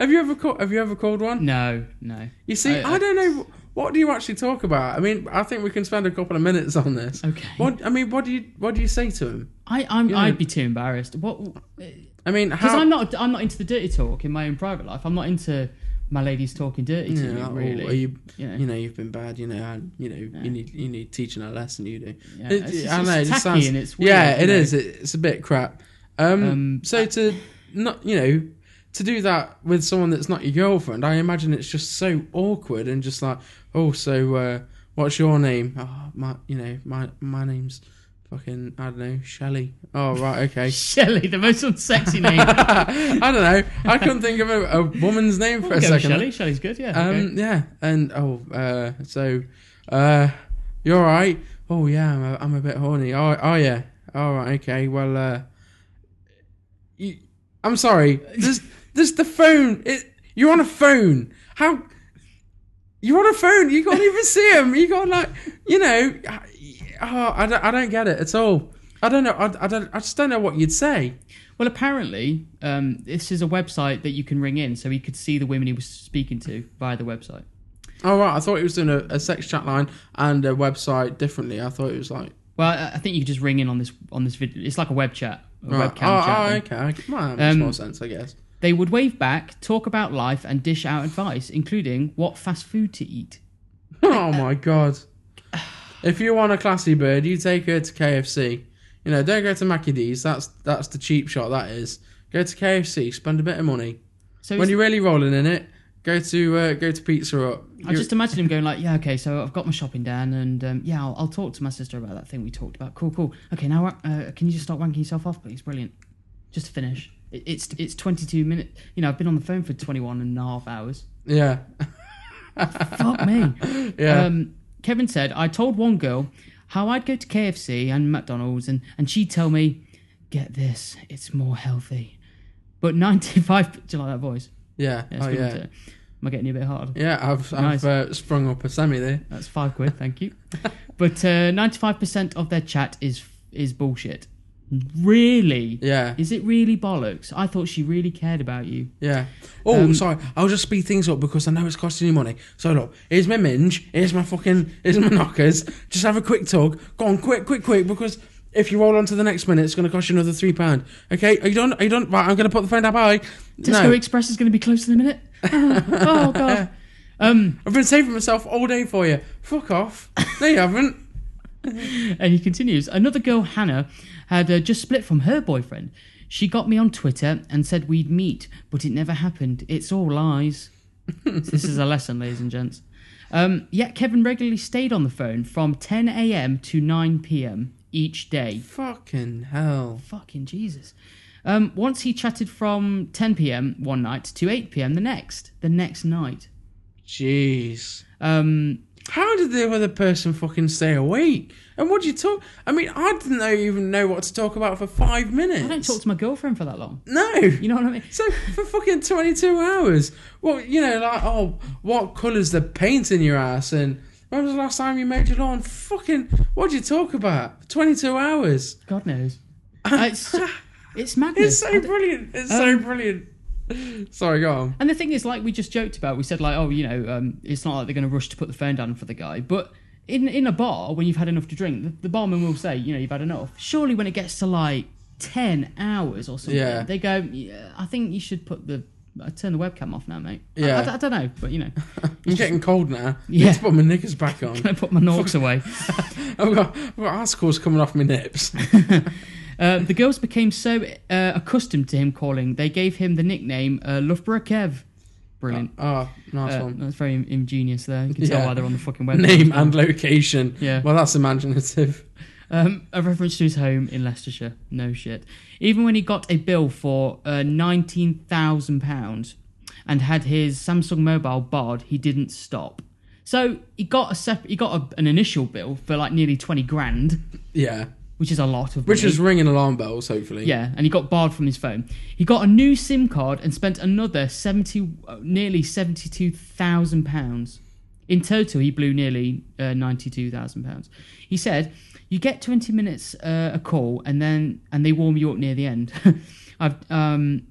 [SPEAKER 1] Have you ever called? Have you ever called one?
[SPEAKER 3] No, no.
[SPEAKER 1] You see, I,
[SPEAKER 3] I- I-
[SPEAKER 1] don't know what do you actually talk about. I mean, I think we can spend a couple of minutes on this.
[SPEAKER 3] Okay.
[SPEAKER 1] What I mean, what do you what do you say to him?
[SPEAKER 3] I, I'm,
[SPEAKER 1] Yeah.
[SPEAKER 3] I'd be too embarrassed. What? Because
[SPEAKER 1] I mean, how?
[SPEAKER 3] I'm not, I'm not into the dirty talk in my own private life. I'm not into my ladies talking dirty to
[SPEAKER 1] you know,
[SPEAKER 3] me.
[SPEAKER 1] like, oh,
[SPEAKER 3] Really,
[SPEAKER 1] are you,
[SPEAKER 3] You know.
[SPEAKER 1] you know, you've been bad. You know, I, you know, you need you need teaching a lesson. You do.
[SPEAKER 3] Yeah, it's just- it's tacky and it's
[SPEAKER 1] yeah,
[SPEAKER 3] weird,
[SPEAKER 1] it
[SPEAKER 3] you
[SPEAKER 1] is.
[SPEAKER 3] know.
[SPEAKER 1] It, it's a bit crap. Um,
[SPEAKER 3] Um,
[SPEAKER 1] so to not, you know, to do that with someone that's not your girlfriend, I imagine it's just so awkward and just like, oh, so uh, what's your name? Oh, my, you know, my my name's fucking I don't know, Shelley. Oh right, okay.
[SPEAKER 3] Shelley, the most unsexy name.
[SPEAKER 1] I don't know. I couldn't think of a, a woman's name for
[SPEAKER 3] We'll
[SPEAKER 1] a
[SPEAKER 3] go with
[SPEAKER 1] second.
[SPEAKER 3] Shelley. Shelley's good. Yeah.
[SPEAKER 1] Um,
[SPEAKER 3] okay.
[SPEAKER 1] yeah, and oh, uh, so, uh, you're all right. Oh yeah, I'm a, I'm a bit horny. Oh, oh yeah. All right, okay. Well, uh, you, I'm sorry. This, this the phone. It, you're on a phone. How? You're on a phone. You can't even see him. You got like, you know. Oh, I don't, I don't get it at all. I don't know. I, I don't. I just don't know what you'd say.
[SPEAKER 3] Well, apparently, um, this is a website that you can ring in, so he could see the women he was speaking to via the website.
[SPEAKER 1] Oh right, I thought it was doing a, a sex chat line and a website differently. I thought it was like
[SPEAKER 3] Well, I, I think you could just ring in on this on this video. It's like a web chat, a
[SPEAKER 1] Right.
[SPEAKER 3] webcam chat.
[SPEAKER 1] oh,
[SPEAKER 3] thing.
[SPEAKER 1] oh, okay. Well, that makes
[SPEAKER 3] Um,
[SPEAKER 1] more sense, I guess.
[SPEAKER 3] They would wave back, talk about life, and dish out advice, including what fast food to eat.
[SPEAKER 1] oh my god. If you want a classy bird, you take her to KFC. You know, don't go to Mackie D's. That's that's the cheap shot. That is. Go to KFC. Spend a bit of money.
[SPEAKER 3] So
[SPEAKER 1] when
[SPEAKER 3] it's-
[SPEAKER 1] you're really rolling in it, go to uh, go to Pizza Hut.
[SPEAKER 3] I just imagine him going like, "Yeah, okay, so I've got my shopping done, and um, yeah, I'll, I'll talk to my sister about that thing we talked about. Cool, cool. Okay, now uh, can you just start wanking yourself off, please? Brilliant. Just to finish, it, it's it's 22 minutes. You know, I've been on the phone for 21 and a half hours.
[SPEAKER 1] yeah,
[SPEAKER 3] Fuck me.
[SPEAKER 1] yeah.
[SPEAKER 3] Um, Kevin said, I told one girl how I'd go to KFC and McDonald's, and, and she'd tell me, get this, it's more healthy. But 95, do you like that voice?
[SPEAKER 1] yeah,
[SPEAKER 3] Yeah, it's
[SPEAKER 1] oh
[SPEAKER 3] good, isn't
[SPEAKER 1] yeah,
[SPEAKER 3] it? Am I getting you a bit hard?
[SPEAKER 1] yeah. I've
[SPEAKER 3] Nice.
[SPEAKER 1] I've uh, sprung up a semi there.
[SPEAKER 3] That's five quid, thank you. But uh, 95% of their chat is is bullshit. Really?
[SPEAKER 1] Yeah,
[SPEAKER 3] Is it really bollocks? I thought she really cared about you.
[SPEAKER 1] yeah. Oh,
[SPEAKER 3] Um,
[SPEAKER 1] sorry. I'll just speed things up because I know it's costing you money. So look, here's my minge. Here's my fucking. Here's my knockers. Just have a quick tug. Go on, quick, quick, quick, because. If you roll on to the next minute, it's going to cost you another three pound. Okay, are you done? Are you done? Right, I'm going to put the phone down. Bye.
[SPEAKER 3] Tesco
[SPEAKER 1] No,
[SPEAKER 3] Express is going to be closed in a minute. Oh, oh god. Um,
[SPEAKER 1] I've been saving myself all day for you. Fuck off. No, you haven't.
[SPEAKER 3] and he continues. Another girl, Hannah, had uh, just split from her boyfriend. She got me on Twitter and said we'd meet, but it never happened. It's all lies. this is a lesson, ladies and gents. Um, yet Kevin regularly stayed on the phone from 10 a.m. to 9 p.m. each day.
[SPEAKER 1] Fucking hell.
[SPEAKER 3] Fucking Jesus. Um, once he chatted from 10 p.m. one night to 8 p.m. the next, the next night.
[SPEAKER 1] Jeez.
[SPEAKER 3] Um,
[SPEAKER 1] How did the other person fucking stay awake? And what do you talk? I mean, I didn't know, even know what to talk about for five minutes.
[SPEAKER 3] I don't talk to my girlfriend for that long.
[SPEAKER 1] No.
[SPEAKER 3] You know what I mean?
[SPEAKER 1] so for fucking twenty-two hours. Well, you know, like oh, what colours the paint in your ass? And when was the last time you mowed your lawn? Fucking, what do you talk about? Twenty-two hours.
[SPEAKER 3] God knows. Uh, it's, it's madness.
[SPEAKER 1] It's so brilliant. It's so
[SPEAKER 3] Um,
[SPEAKER 1] brilliant. Sorry, go on.
[SPEAKER 3] And the thing is, like we just joked about, we said like, oh, you know, um, it's not like they're going to rush to put the phone down for the guy. But in in a bar, when you've had enough to drink, the, the barman will say, you know, you've had enough. Surely, when it gets to like ten hours or something,
[SPEAKER 1] Yeah.
[SPEAKER 3] they go, yeah, I think you should put the uh, turn the webcam off now, mate. I-
[SPEAKER 1] Yeah.
[SPEAKER 3] I, don't know, but you know,
[SPEAKER 1] I'm getting cold now.
[SPEAKER 3] Yeah.
[SPEAKER 1] Need to put my knickers back on.
[SPEAKER 3] I put my norks away.
[SPEAKER 1] I've got, I've got articles coming off my nips.
[SPEAKER 3] Uh, the girls became so uh, accustomed to him calling, they gave him the nickname uh, Loughborough Kev. Brilliant.
[SPEAKER 1] Oh, nice
[SPEAKER 3] Uh,
[SPEAKER 1] one.
[SPEAKER 3] that's very in- ingenious there. You can tell
[SPEAKER 1] Yeah.
[SPEAKER 3] why they're on the fucking website.
[SPEAKER 1] Name and location.
[SPEAKER 3] Yeah.
[SPEAKER 1] Well, that's imaginative.
[SPEAKER 3] Um, a reference to his home in Leicestershire. No shit. Even when he got a bill for uh, nineteen thousand pounds and had his Samsung mobile barred, he didn't stop. So he got a sep- he got a, an initial bill for like nearly twenty grand,
[SPEAKER 1] Yeah.
[SPEAKER 3] which is a lot of
[SPEAKER 1] Which
[SPEAKER 3] money.
[SPEAKER 1] is ringing alarm bells, hopefully.
[SPEAKER 3] yeah, and he got barred from his phone. He got a new SIM card and spent another seventy, uh, nearly seventy-two thousand pounds. In total, he blew nearly uh, ninety-two thousand pounds. He said, "You get twenty minutes uh, a call, and then and they warm you up near the end. I've um,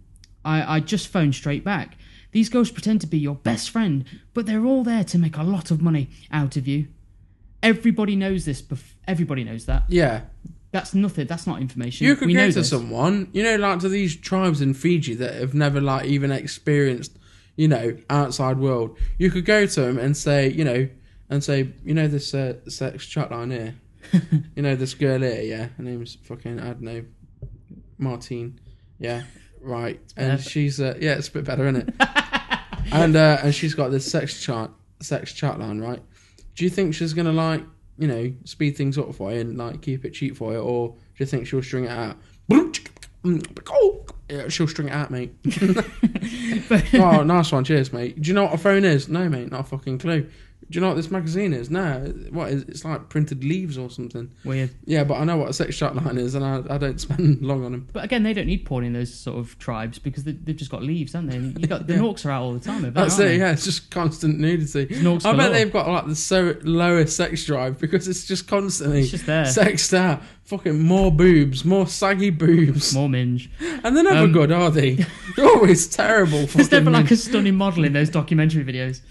[SPEAKER 3] I, I just phoned straight back. These girls pretend to be your best friend, but they're all there to make a lot of money out of you. Everybody knows this. Bef- everybody knows that.
[SPEAKER 1] Yeah.
[SPEAKER 3] That's nothing. That's not information.
[SPEAKER 1] You could
[SPEAKER 3] we
[SPEAKER 1] go
[SPEAKER 3] know
[SPEAKER 1] to
[SPEAKER 3] this.
[SPEAKER 1] someone, you know, like to these tribes in Fiji that have never, like, even experienced, you know, outside world. You could go to them and say, you know, and say, you know, this uh, sex chat line here. you know, this girl here, yeah. Her name's fucking, I don't know, Martine. Yeah. Right. And
[SPEAKER 3] better.
[SPEAKER 1] she's, uh, yeah, it's a bit better, isn't it? and uh, and she's got this sex chat sex chat line, right? Do you think she's gonna like you know speed things up for you and like keep it cheap for you, or do you think she'll string it out? Yeah, she'll string it out, mate. oh, nice one, cheers, mate. Do you know what a phone is? No, mate, not a fucking clue. Do you know what this magazine is? No, what is? It's like printed leaves or something.
[SPEAKER 3] Weird.
[SPEAKER 1] Yeah, but I know what a sex chat line is, and I, I don't spend long on them.
[SPEAKER 3] But again, they don't need porn in those sort of tribes because they, they've just got leaves, haven't they? You got the
[SPEAKER 1] Yeah.
[SPEAKER 3] norks are out all the time. over there,
[SPEAKER 1] That's
[SPEAKER 3] aren't
[SPEAKER 1] it.
[SPEAKER 3] they?
[SPEAKER 1] Yeah, it's just constant nudity.
[SPEAKER 3] Norks
[SPEAKER 1] I bet
[SPEAKER 3] galore.
[SPEAKER 1] they've got like the so lowest sex drive because it's just constantly
[SPEAKER 3] It's just there.
[SPEAKER 1] sexed out. Fucking more boobs, more saggy boobs,
[SPEAKER 3] More minge.
[SPEAKER 1] and they're never
[SPEAKER 3] Um,
[SPEAKER 1] good, are they? They're always terrible.
[SPEAKER 3] There's
[SPEAKER 1] fucking-
[SPEAKER 3] never like a stunning model in those documentary videos.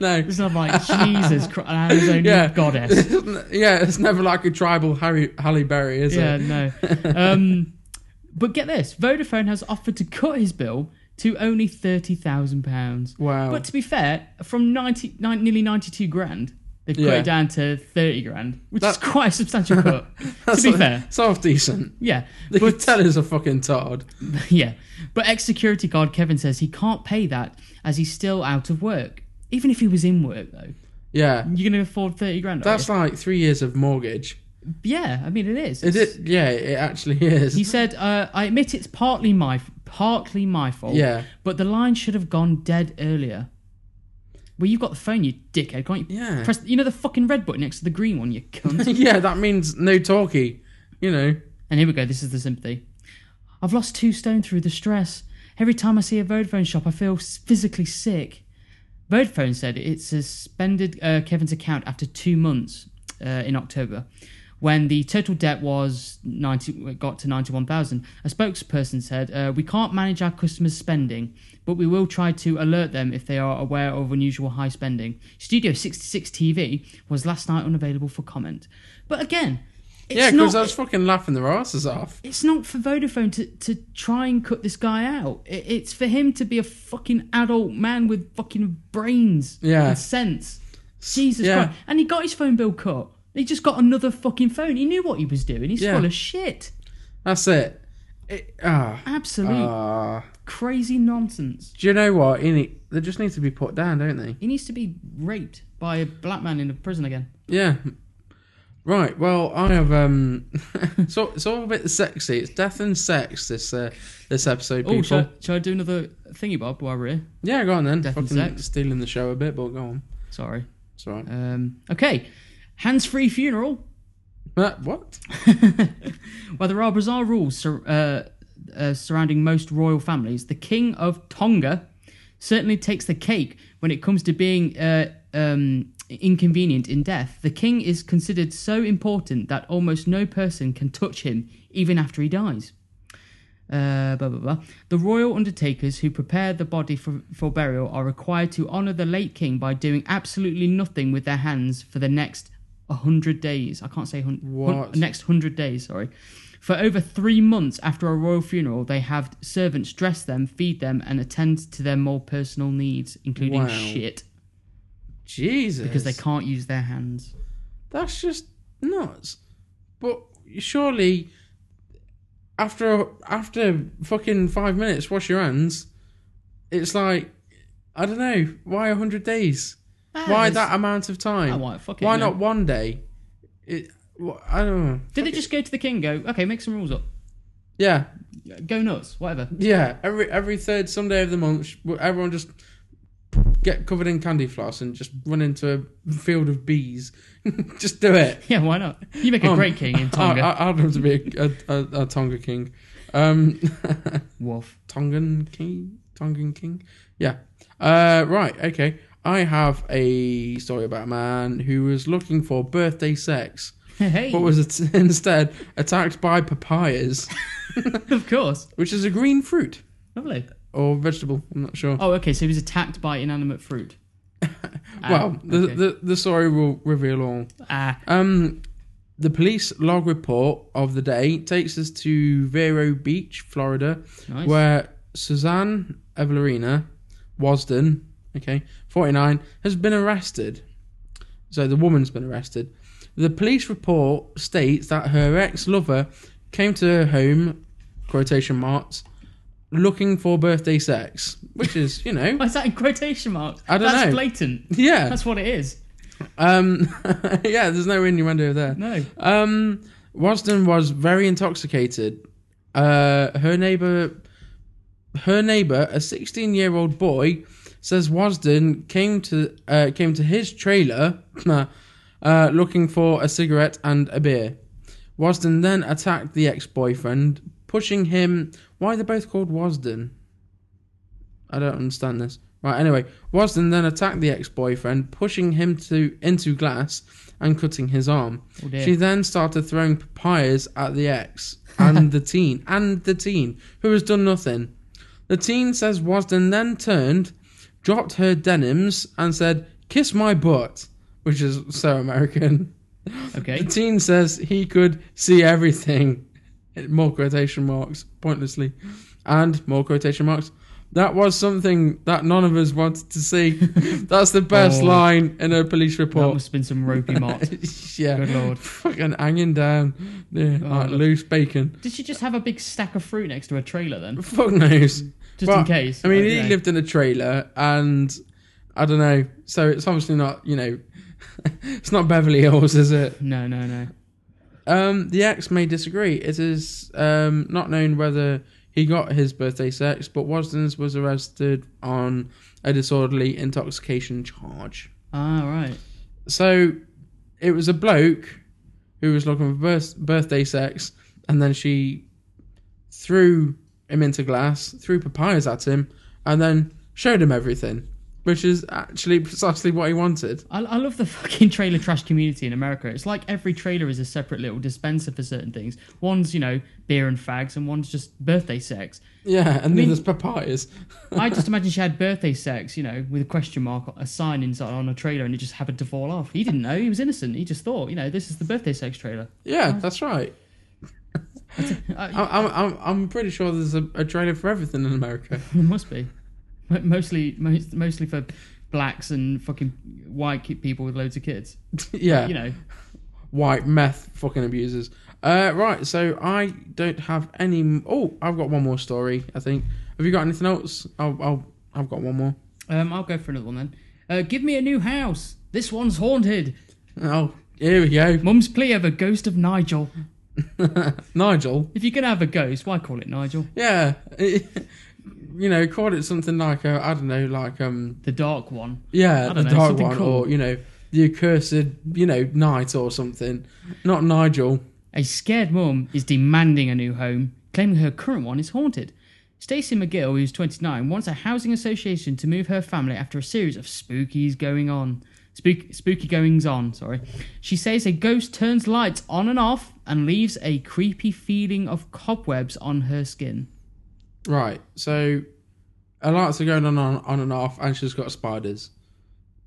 [SPEAKER 1] no.
[SPEAKER 3] It's not like Jesus Christ, Anna's only
[SPEAKER 1] Yeah.
[SPEAKER 3] goddess.
[SPEAKER 1] yeah, it's never like a tribal Harry Halle Berry, is
[SPEAKER 3] yeah,
[SPEAKER 1] it?
[SPEAKER 3] no. Um, but get this: Vodafone has offered to cut his bill to only thirty thousand pounds.
[SPEAKER 1] Wow.
[SPEAKER 3] But to be fair, from 90, nine- nearly ninety-two grand, they've cut
[SPEAKER 1] Yeah.
[SPEAKER 3] it down to thirty grand, which is
[SPEAKER 1] That-
[SPEAKER 3] quite a substantial cut. to be fair,
[SPEAKER 1] it's half decent.
[SPEAKER 3] yeah.
[SPEAKER 1] They
[SPEAKER 3] But
[SPEAKER 1] could tell he's a fucking tard.
[SPEAKER 3] yeah. But ex security guard Kevin says he can't pay that as he's still out of work. Even if he was in work though,
[SPEAKER 1] Yeah,
[SPEAKER 3] you're gonna afford thirty grand. are
[SPEAKER 1] that's like three years of mortgage.
[SPEAKER 3] you? yeah. I mean, it is.
[SPEAKER 1] Is
[SPEAKER 3] It's-
[SPEAKER 1] it? Yeah, it actually is.
[SPEAKER 3] He said, uh, "I admit it's partly my partly my fault.
[SPEAKER 1] Yeah.
[SPEAKER 3] but the line should have gone dead earlier. Well, you've got the phone, you dickhead, can't you?
[SPEAKER 1] Yeah.
[SPEAKER 3] Press, you know, the fucking red button next to the green one, you cunt.
[SPEAKER 1] yeah, that means no talkie. You know.
[SPEAKER 3] And here we go. This is the sympathy. I've lost two stone through the stress. Every time I see a Vodafone shop, I feel s- physically sick. Vodafone said it suspended uh, Kevin's account after two months uh, in October, when the total debt was ninety it got to ninety one thousand. A spokesperson said, uh, "We can't manage our customers' spending, but we will try to alert them if they are aware of unusual high spending." Studio sixty six TV was last night unavailable for comment. But again, it's
[SPEAKER 1] Yeah,
[SPEAKER 3] not.
[SPEAKER 1] because I was fucking laughing their asses off.
[SPEAKER 3] It's not for Vodafone to, to try and cut this guy out. It, it's for him to be a fucking adult man with fucking brains
[SPEAKER 1] Yeah.
[SPEAKER 3] and sense. Jesus
[SPEAKER 1] yeah.
[SPEAKER 3] Christ. And he got his phone bill cut. He just got another fucking phone. He knew what he was doing. He's
[SPEAKER 1] Yeah.
[SPEAKER 3] full of shit.
[SPEAKER 1] That's it. it ah,
[SPEAKER 3] Absolute
[SPEAKER 1] ah.
[SPEAKER 3] crazy nonsense.
[SPEAKER 1] Do you know what? He need, they just need to be put down, don't they?
[SPEAKER 3] He needs to be raped by a black man in a prison again.
[SPEAKER 1] Yeah. Right. Well, I have um. so it's all a bit sexy. It's death and sex. This uh, this episode, people.
[SPEAKER 3] Oh, shall, I- shall I do another thingy, Bob, while we're here?
[SPEAKER 1] Yeah, go on then.
[SPEAKER 3] Death and
[SPEAKER 1] fucking
[SPEAKER 3] sex.
[SPEAKER 1] stealing the show a bit, but go on.
[SPEAKER 3] Sorry.
[SPEAKER 1] It's all right.
[SPEAKER 3] Um, okay. Hands free funeral.
[SPEAKER 1] Uh, what?
[SPEAKER 3] While there are bizarre rules sur- uh, uh, surrounding most royal families, the King of Tonga certainly takes the cake when it comes to being uh, um, inconvenient in death. The king is considered so important that almost no person can touch him even after he dies. Uh, blah, blah, blah. The royal undertakers who prepare the body for, for burial are required to honour the late king by doing absolutely nothing with their hands for the next 100 days. I can't say hun- hun-
[SPEAKER 1] What?
[SPEAKER 3] next 100 days, sorry. For over three months after a royal funeral, they have servants dress them, feed them, and attend to their more personal needs, including
[SPEAKER 1] Wow.
[SPEAKER 3] shit,
[SPEAKER 1] Jesus.
[SPEAKER 3] because they can't use their hands.
[SPEAKER 1] That's just nuts. But surely, after after fucking five minutes, wash your hands. It's like I don't know why hundred days. Why
[SPEAKER 3] it's-
[SPEAKER 1] that amount of time?
[SPEAKER 3] I want- fuck it,
[SPEAKER 1] why
[SPEAKER 3] yeah.
[SPEAKER 1] not one day? It. wh- I don't know.
[SPEAKER 3] Did they just go to the king and go, okay, make some rules up?
[SPEAKER 1] Yeah,
[SPEAKER 3] Go nuts, whatever.
[SPEAKER 1] yeah. Every every third Sunday of the month, sh- everyone just get covered in candy floss and just run into a field of bees. just do it.
[SPEAKER 3] Yeah, why not? You make a
[SPEAKER 1] Um,
[SPEAKER 3] great king in Tonga.
[SPEAKER 1] I, I, I'd love to be a, a, a, a Tonga king. Um,
[SPEAKER 3] Wolf.
[SPEAKER 1] Tongan king? Tongan king? Yeah. Uh, right, okay. I have a story about a man who was looking for birthday sex,
[SPEAKER 3] Hey,
[SPEAKER 1] but was at- instead attacked by papayas,
[SPEAKER 3] of course.
[SPEAKER 1] which is a green fruit
[SPEAKER 3] Lovely.
[SPEAKER 1] or vegetable. I'm not sure.
[SPEAKER 3] Oh, okay, so he was attacked by inanimate fruit. Ah,
[SPEAKER 1] well, the,
[SPEAKER 3] okay.
[SPEAKER 1] the the story will reveal all.
[SPEAKER 3] Ah,
[SPEAKER 1] Um, the police log report of the day takes us to Vero Beach, Florida,
[SPEAKER 3] Nice.
[SPEAKER 1] where Suzanne Evelina Wasden, okay, 49, has been arrested. So the woman's been arrested. The police report states that her ex-lover came to her home, quotation marks, looking for birthday sex, which is, you know,
[SPEAKER 3] why is that in quotation marks?
[SPEAKER 1] I don't
[SPEAKER 3] That's
[SPEAKER 1] know.
[SPEAKER 3] blatant.
[SPEAKER 1] yeah.
[SPEAKER 3] That's what it is.
[SPEAKER 1] Um, yeah, there's no innuendo there.
[SPEAKER 3] No.
[SPEAKER 1] Um, Wasden was very intoxicated. Uh, her neighbor, her neighbor, a 16-year-old boy, says Wasden came to uh, came to his trailer uh, looking for a cigarette and a beer. Wasden then attacked the ex-boyfriend, pushing him. Why are they both called Wasden? I don't understand this. Right, anyway, Wasden then attacked the ex-boyfriend, pushing him to into glass and cutting his arm.
[SPEAKER 3] Oh, dear.
[SPEAKER 1] she then started throwing papayas at the ex and the teen and the teen who has done nothing. The teen says Wasden then turned, dropped her denims, and said, "Kiss my butt," which is so American.
[SPEAKER 3] Okay.
[SPEAKER 1] The teen says he could see everything. More quotation marks, pointlessly. And more quotation marks. That was something that none of us wanted to see. That's the best
[SPEAKER 3] Oh.
[SPEAKER 1] line in a police
[SPEAKER 3] That
[SPEAKER 1] report.
[SPEAKER 3] must have been some ropey marks.
[SPEAKER 1] yeah.
[SPEAKER 3] Good lord.
[SPEAKER 1] Fucking hanging down. Yeah,
[SPEAKER 3] Oh,
[SPEAKER 1] like
[SPEAKER 3] look.
[SPEAKER 1] loose bacon.
[SPEAKER 3] Did she just have a big stack of fruit next to her trailer then?
[SPEAKER 1] Fuck knows.
[SPEAKER 3] Just
[SPEAKER 1] Well,
[SPEAKER 3] in case.
[SPEAKER 1] I mean,
[SPEAKER 3] Like,
[SPEAKER 1] he
[SPEAKER 3] you know.
[SPEAKER 1] lived in a trailer, and I don't know. So it's obviously not, you know, it's not Beverly Hills, is it?
[SPEAKER 3] No, no, no.
[SPEAKER 1] Um, the ex may disagree. It is um, not known whether he got his birthday sex, but Wasdens was arrested on a disorderly intoxication charge.
[SPEAKER 3] Ah, right.
[SPEAKER 1] So it was a bloke who was looking for birth- birthday sex, and then she threw him into glass, threw papayas at him, and then showed him everything, which is actually precisely what he wanted.
[SPEAKER 3] I, I love the fucking trailer trash community in America. It's like every trailer is a separate little dispenser for certain things. One's, you know, beer and fags, and one's just birthday sex.
[SPEAKER 1] Yeah, and then
[SPEAKER 3] mean-
[SPEAKER 1] there's papayas.
[SPEAKER 3] I just imagine she had birthday sex, you know, with a question mark, a sign inside on a trailer, and it just happened to fall off. He didn't know. He was innocent. He just thought, you know, this is the birthday sex trailer.
[SPEAKER 1] Yeah, that's right.
[SPEAKER 3] Uh,
[SPEAKER 1] I'm, I'm, I'm, I'm pretty sure there's a, a trailer for everything in America.
[SPEAKER 3] it must be. Mo- Mostly, most, mostly for blacks and fucking white ki- people with loads of kids.
[SPEAKER 1] yeah,
[SPEAKER 3] You know,
[SPEAKER 1] white meth fucking abusers. Uh, right, so I don't have any. m- Oh, I've got one more story. I think. Have you got anything else? I'll, I'll I've got one more.
[SPEAKER 3] um, I'll go for another one then. Uh, give me a new house. This one's haunted.
[SPEAKER 1] Oh, here we go.
[SPEAKER 3] Mum's plea of a ghost of Nigel.
[SPEAKER 1] Nigel.
[SPEAKER 3] If you're gonna have a ghost, why call it Nigel?
[SPEAKER 1] Yeah. you know, call it something like a, I don't know, like um,
[SPEAKER 3] The dark one.
[SPEAKER 1] yeah,
[SPEAKER 3] I
[SPEAKER 1] the
[SPEAKER 3] don't know,
[SPEAKER 1] dark
[SPEAKER 3] something
[SPEAKER 1] one,
[SPEAKER 3] cool.
[SPEAKER 1] or you know, the accursed, you know, knight or something. Not Nigel.
[SPEAKER 3] A scared mum is demanding a new home, claiming her current one is haunted. Stacey McGill, who's 29, wants a housing association to move her family after a series of spookies going on. Spook, spooky goings on, sorry. She says a ghost turns lights on and off and leaves a creepy feeling of cobwebs on her skin.
[SPEAKER 1] Right. So, her lights are going on on, on and off, and she's got spiders.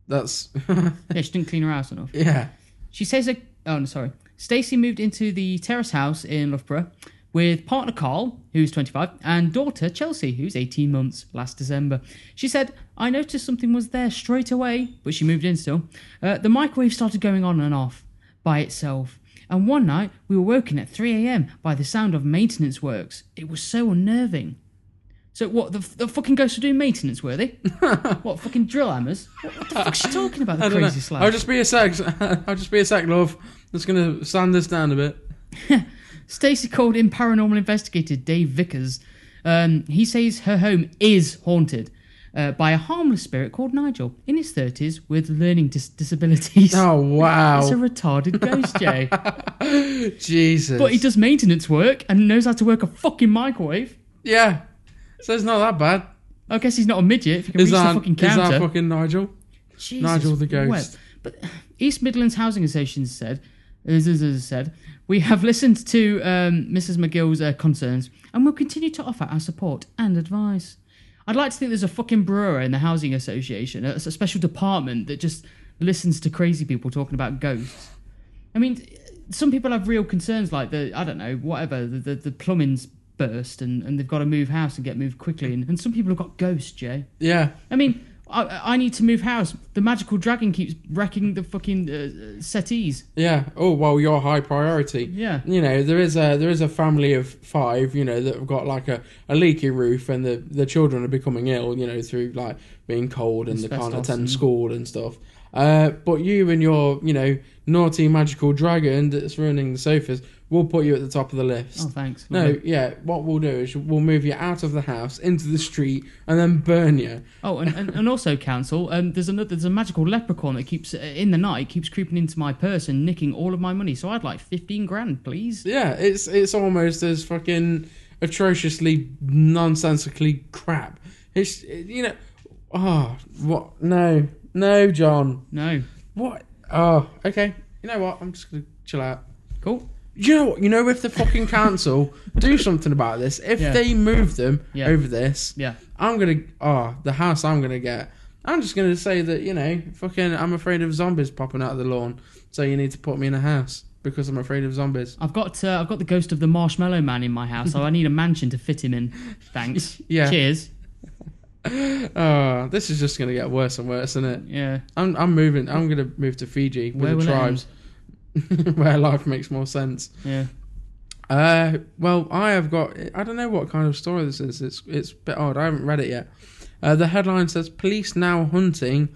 [SPEAKER 1] That's
[SPEAKER 3] Yeah, she didn't clean her house enough.
[SPEAKER 1] yeah.
[SPEAKER 3] She says, a, "Oh, no, sorry." Stacy moved into the terrace house in Loughborough with partner Carl, who's 25, and daughter Chelsea, who's 18 months. Last December, she said, "I noticed something was there straight away, but she moved in still. Uh, the microwave started going on and off by itself." And one night, we were woken at 3 a.m. by the sound of maintenance works. It was so unnerving. So, what, the, the fucking ghosts were doing maintenance, were they? what, fucking drill hammers? What, what the fuck's she talking about, the
[SPEAKER 1] I don't know.
[SPEAKER 3] crazy slag?
[SPEAKER 1] I'll just be a sec. I'll just be a sec, love. Just gonna sand this down a bit.
[SPEAKER 3] Stacey called in paranormal investigator Dave Vickers. Um, he says her home is haunted uh, by a harmless spirit called Nigel in his 30s with learning dis- disabilities.
[SPEAKER 1] Oh wow,
[SPEAKER 3] It's a retarded ghost, Jay.
[SPEAKER 1] Jesus.
[SPEAKER 3] but he does maintenance work and knows how to work a fucking microwave.
[SPEAKER 1] yeah. So it's not that bad.
[SPEAKER 3] I guess he's not a midget if he can
[SPEAKER 1] Is
[SPEAKER 3] reach the
[SPEAKER 1] that
[SPEAKER 3] fucking
[SPEAKER 1] is
[SPEAKER 3] counter.
[SPEAKER 1] that fucking Nigel?
[SPEAKER 3] Jesus
[SPEAKER 1] Nigel the
[SPEAKER 3] Webb.
[SPEAKER 1] Ghost.
[SPEAKER 3] But uh, East Midlands Housing Association said, uh, as, as- as said, we have listened to um, Mrs. McGill's uh, concerns and will continue to offer our support and advice. I'd like to think there's a fucking brewer in the housing association, a, a special department that just listens to crazy people talking about ghosts. I mean, some people have real concerns like the I don't know whatever the the, the plumbing's burst and, and they've got to move house and get moved quickly and, and some people have got ghosts, Jay.
[SPEAKER 1] Yeah.
[SPEAKER 3] I mean, I, I need to move house. The magical dragon keeps wrecking the fucking uh, uh, settees.
[SPEAKER 1] Yeah. Oh well, you're high priority.
[SPEAKER 3] Yeah.
[SPEAKER 1] You know there is a there is a family of five. You know that have got like a, a leaky roof, and the the children are becoming ill. You know through like being cold and they can't
[SPEAKER 3] Asbestos
[SPEAKER 1] attend
[SPEAKER 3] and-
[SPEAKER 1] school and stuff. Uh, but you and your you know naughty magical dragon that's ruining the sofas, we'll put you at the top of the list.
[SPEAKER 3] Oh, thanks.
[SPEAKER 1] No, yeah. What we'll do is we'll move you out of the house into the street and then burn you.
[SPEAKER 3] Oh, and, and, and also council. Um, there's another. There's a magical leprechaun that keeps uh, in the night keeps creeping into my purse and nicking all of my money. So I'd like fifteen grand, please.
[SPEAKER 1] Yeah, it's it's almost as fucking atrociously nonsensically crap. It's you know, ah, what? No, no, John.
[SPEAKER 3] No.
[SPEAKER 1] What? Oh, okay. You know what? I'm just gonna chill out.
[SPEAKER 3] Cool.
[SPEAKER 1] You know what? You know if the fucking council do something about this, if
[SPEAKER 3] Yeah.
[SPEAKER 1] they move them
[SPEAKER 3] Yeah.
[SPEAKER 1] over this,
[SPEAKER 3] Yeah.
[SPEAKER 1] I'm gonna oh the house I'm gonna get. I'm just gonna say that you know fucking I'm afraid of zombies popping out of the lawn, so you need to put me in a house because I'm afraid of zombies.
[SPEAKER 3] I've got uh, I've got the ghost of the marshmallow man in my house, so I need a mansion to fit him in. Thanks.
[SPEAKER 1] Yeah.
[SPEAKER 3] Cheers.
[SPEAKER 1] Uh, this is just gonna get worse and worse, isn't it?
[SPEAKER 3] Yeah.
[SPEAKER 1] I'm I'm moving. I'm gonna move to Fiji with
[SPEAKER 3] Where
[SPEAKER 1] the
[SPEAKER 3] will it
[SPEAKER 1] tribes, where life makes more sense.
[SPEAKER 3] Yeah.
[SPEAKER 1] Uh, well, I have got. I don't know what kind of story this is. It's it's a bit odd. I haven't read it yet. Uh, the headline says police now hunting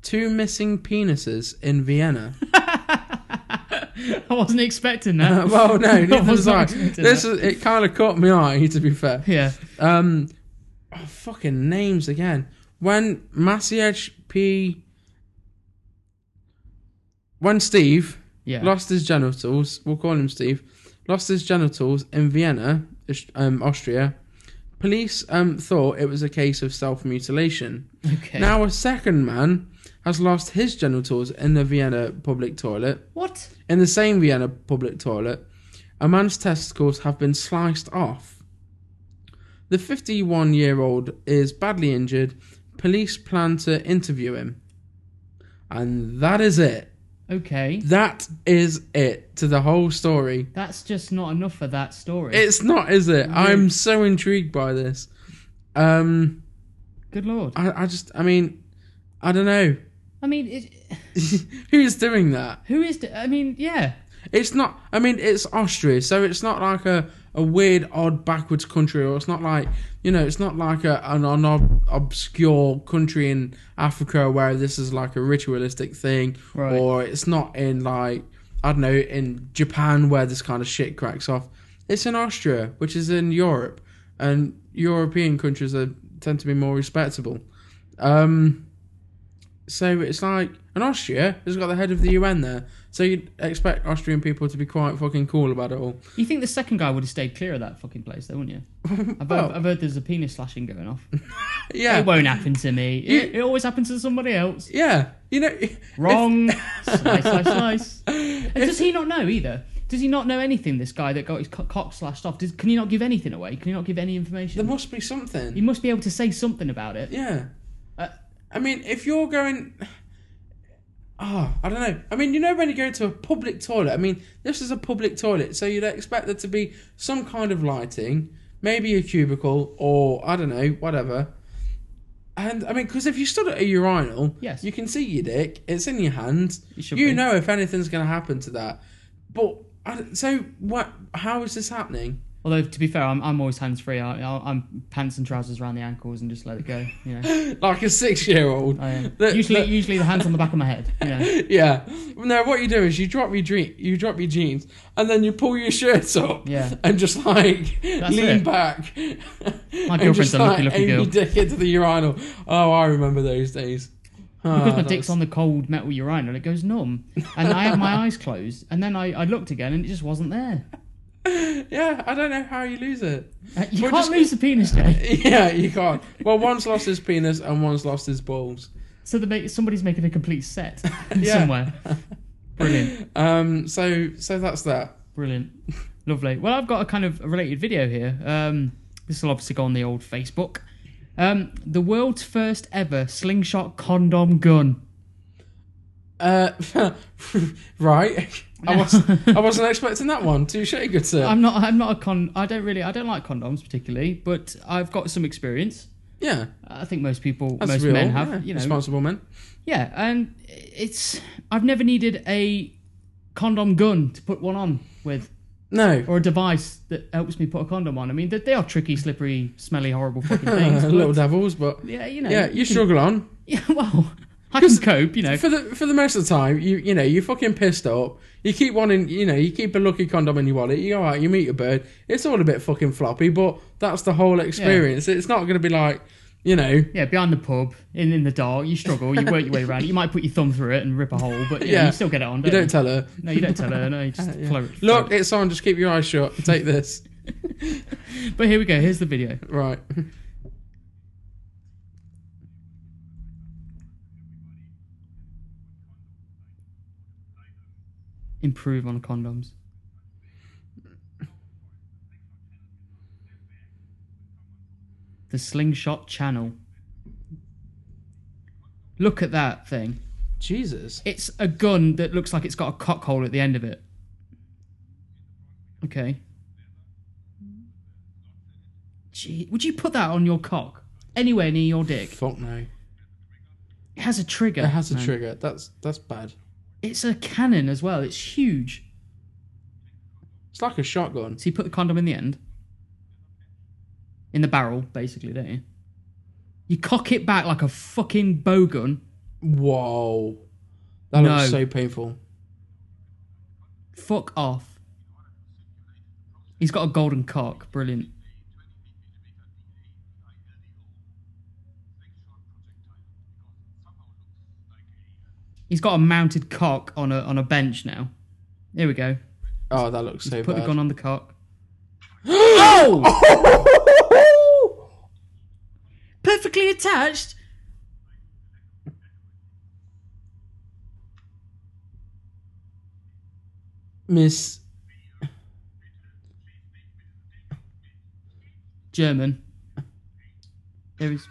[SPEAKER 1] two missing penises in Vienna.
[SPEAKER 3] I wasn't expecting that.
[SPEAKER 1] well, no, neither
[SPEAKER 3] was
[SPEAKER 1] was
[SPEAKER 3] not
[SPEAKER 1] I.
[SPEAKER 3] expecting
[SPEAKER 1] This
[SPEAKER 3] that.
[SPEAKER 1] is, it kind of caught my eye. To be fair,
[SPEAKER 3] yeah.
[SPEAKER 1] um, oh, fucking names again. When Masiej P. When Steve
[SPEAKER 3] Yeah.
[SPEAKER 1] lost his genitals. We'll call him Steve. Lost his genitals in Vienna, Aus- um, Austria. Police um, thought it was a case of self mutilation.
[SPEAKER 3] okay.
[SPEAKER 1] Now, a second man has lost his genitals in the Vienna public toilet.
[SPEAKER 3] what?
[SPEAKER 1] In the same Vienna public toilet, a man's testicles have been sliced off. The 51 year old is badly injured. Police plan to interview him. And that is it.
[SPEAKER 3] Okay.
[SPEAKER 1] That is it to the whole story.
[SPEAKER 3] That's just not enough for that story.
[SPEAKER 1] It's not, is it? I'm so intrigued by this. Um,
[SPEAKER 3] Good lord.
[SPEAKER 1] I, I just, I mean, I don't know
[SPEAKER 3] I mean, it,
[SPEAKER 1] who's doing that.
[SPEAKER 3] who is? The, I mean, yeah.
[SPEAKER 1] It's not. I mean, it's Austria, so it's not like a, a weird, odd, backwards country, or it's not like you know, it's not like a, an, an ob- obscure country in Africa where this is like a ritualistic thing,
[SPEAKER 3] Right.
[SPEAKER 1] or it's not in like I don't know in Japan where this kind of shit cracks off. It's in Austria, which is in Europe, and European countries are, tend to be more respectable. Um, so it's like, and Austria has got the head of the UN there, so you'd expect Austrian people to be quite fucking cool about it all.
[SPEAKER 3] You think the second guy would have stayed clear of that fucking place, though, wouldn't you? I've,
[SPEAKER 1] Well-
[SPEAKER 3] I've, I've heard there's a penis slashing going off.
[SPEAKER 1] Yeah,
[SPEAKER 3] It won't happen to me. It, it always happens to somebody else.
[SPEAKER 1] yeah, you know,
[SPEAKER 3] Wrong. slice, slice, slice. And does he not know either? Does he not know anything? This guy that got his co- cock slashed off. Does, can he not give anything away? Can he not give any
[SPEAKER 1] there
[SPEAKER 3] information?
[SPEAKER 1] must be something.
[SPEAKER 3] he must be able to say something about it.
[SPEAKER 1] Yeah,
[SPEAKER 3] Uh,
[SPEAKER 1] I mean, if you're going, ah, I don't know. I mean, you know, when you go to a public toilet, I mean, this is a public toilet, so you'd expect there to be some kind of lighting, maybe a cubicle, or I don't know, whatever. And I mean, because if you stood at a urinal,
[SPEAKER 3] Yes.
[SPEAKER 1] you can see your dick. It's in your hand.
[SPEAKER 3] It should
[SPEAKER 1] you
[SPEAKER 3] be.
[SPEAKER 1] know if anything's going to happen to that. But I, don't- so what? How is this happening?
[SPEAKER 3] Although to be fair, I'm, I'm always hands free. I, I, I'm pants and trousers around the ankles and just let it go. You know,
[SPEAKER 1] Like a six-year-old.
[SPEAKER 3] I am.
[SPEAKER 1] That-
[SPEAKER 3] Oh, usually
[SPEAKER 1] that-
[SPEAKER 3] usually the hands on the back of my head. You know,
[SPEAKER 1] yeah. No, what you do is you drop your dream, you drop your jeans, and then you pull your shirts up,
[SPEAKER 3] Yeah.
[SPEAKER 1] and just like lean
[SPEAKER 3] it.
[SPEAKER 1] back. My
[SPEAKER 3] girlfriend's a lucky, lucky
[SPEAKER 1] aim
[SPEAKER 3] girl.
[SPEAKER 1] your dick into the urinal. Oh, I remember those days. Ah,
[SPEAKER 3] because my
[SPEAKER 1] that
[SPEAKER 3] dick's
[SPEAKER 1] was-
[SPEAKER 3] on the cold metal urinal, it goes numb, and I have my eyes closed, and then I, I looked again, and it just wasn't there.
[SPEAKER 1] Yeah, I don't know how you lose it.
[SPEAKER 3] Uh, you
[SPEAKER 1] We're
[SPEAKER 3] can't
[SPEAKER 1] just-
[SPEAKER 3] lose the penis, Jay.
[SPEAKER 1] Yeah, you can't. Well, one's lost his penis and one's lost his balls.
[SPEAKER 3] So the, ma- somebody's making a complete set
[SPEAKER 1] Yeah.
[SPEAKER 3] somewhere. Brilliant,
[SPEAKER 1] Um, so so that's that.
[SPEAKER 3] brilliant, lovely. Well, I've got a kind of a related video here. Um, this will obviously go on the old Facebook. Um, the world's first ever slingshot condom gun.
[SPEAKER 1] Uh, right. I was I wasn't expecting that one. Touche, good sir.
[SPEAKER 3] I'm not. I'm not a con. I don't really. I don't like condoms particularly, but I've got some experience.
[SPEAKER 1] yeah,
[SPEAKER 3] I think most people,
[SPEAKER 1] that's
[SPEAKER 3] most
[SPEAKER 1] real.
[SPEAKER 3] men have.
[SPEAKER 1] yeah,
[SPEAKER 3] You know,
[SPEAKER 1] responsible men.
[SPEAKER 3] yeah. And it's. I've never needed a condom gun to put one on with,
[SPEAKER 1] No, uh,
[SPEAKER 3] or a device that helps me put a condom on. I mean, they, they are tricky, slippery, smelly, horrible fucking things. but-
[SPEAKER 1] little devils, but
[SPEAKER 3] yeah, you know.
[SPEAKER 1] yeah, you struggle on
[SPEAKER 3] Yeah, well, I can cope. You know.
[SPEAKER 1] for the for the most of the time. You you know you fucking pissed up. You keep one in, you know, you keep a lucky condom in your wallet. You go out, you meet a bird. It's all a bit fucking floppy, but that's the whole experience. It's not going to be like, you know,
[SPEAKER 3] Yeah, behind the pub, in in the dark, you struggle. You work your way around it. You might put your thumb through it and rip a hole, but yeah,
[SPEAKER 1] Yeah.
[SPEAKER 3] you still get it on.
[SPEAKER 1] you
[SPEAKER 3] Don't
[SPEAKER 1] don't tell her.
[SPEAKER 3] no, you don't tell her. No, you just float.
[SPEAKER 1] Look, it's on. Just keep your eyes shut. Take this.
[SPEAKER 3] But here we go. Here's the video.
[SPEAKER 1] Right.
[SPEAKER 3] Improve on condoms. The slingshot channel. Look at that thing.
[SPEAKER 1] Jesus.
[SPEAKER 3] It's a gun that looks like it's got a cock hole at the end of it. Okay. Gee, would you put that on your cock? anywhere near your dick.
[SPEAKER 1] Fuck no.
[SPEAKER 3] It has a trigger.
[SPEAKER 1] It has a
[SPEAKER 3] man.
[SPEAKER 1] trigger. That's that's bad.
[SPEAKER 3] It's a cannon as well. It's huge.
[SPEAKER 1] It's like a shotgun.
[SPEAKER 3] So you put the condom in the end, in the barrel, basically, don't you? You cock it back like a fucking bow gun.
[SPEAKER 1] Whoa. That
[SPEAKER 3] No.
[SPEAKER 1] looks so painful.
[SPEAKER 3] Fuck off. He's got a golden cock. Brilliant. He's got a mounted cock on a on a bench now. Here we go.
[SPEAKER 1] Oh, that looks so
[SPEAKER 3] Put the
[SPEAKER 1] bad.
[SPEAKER 3] gun on the cock. Perfectly attached.
[SPEAKER 1] Miss
[SPEAKER 3] German. There is.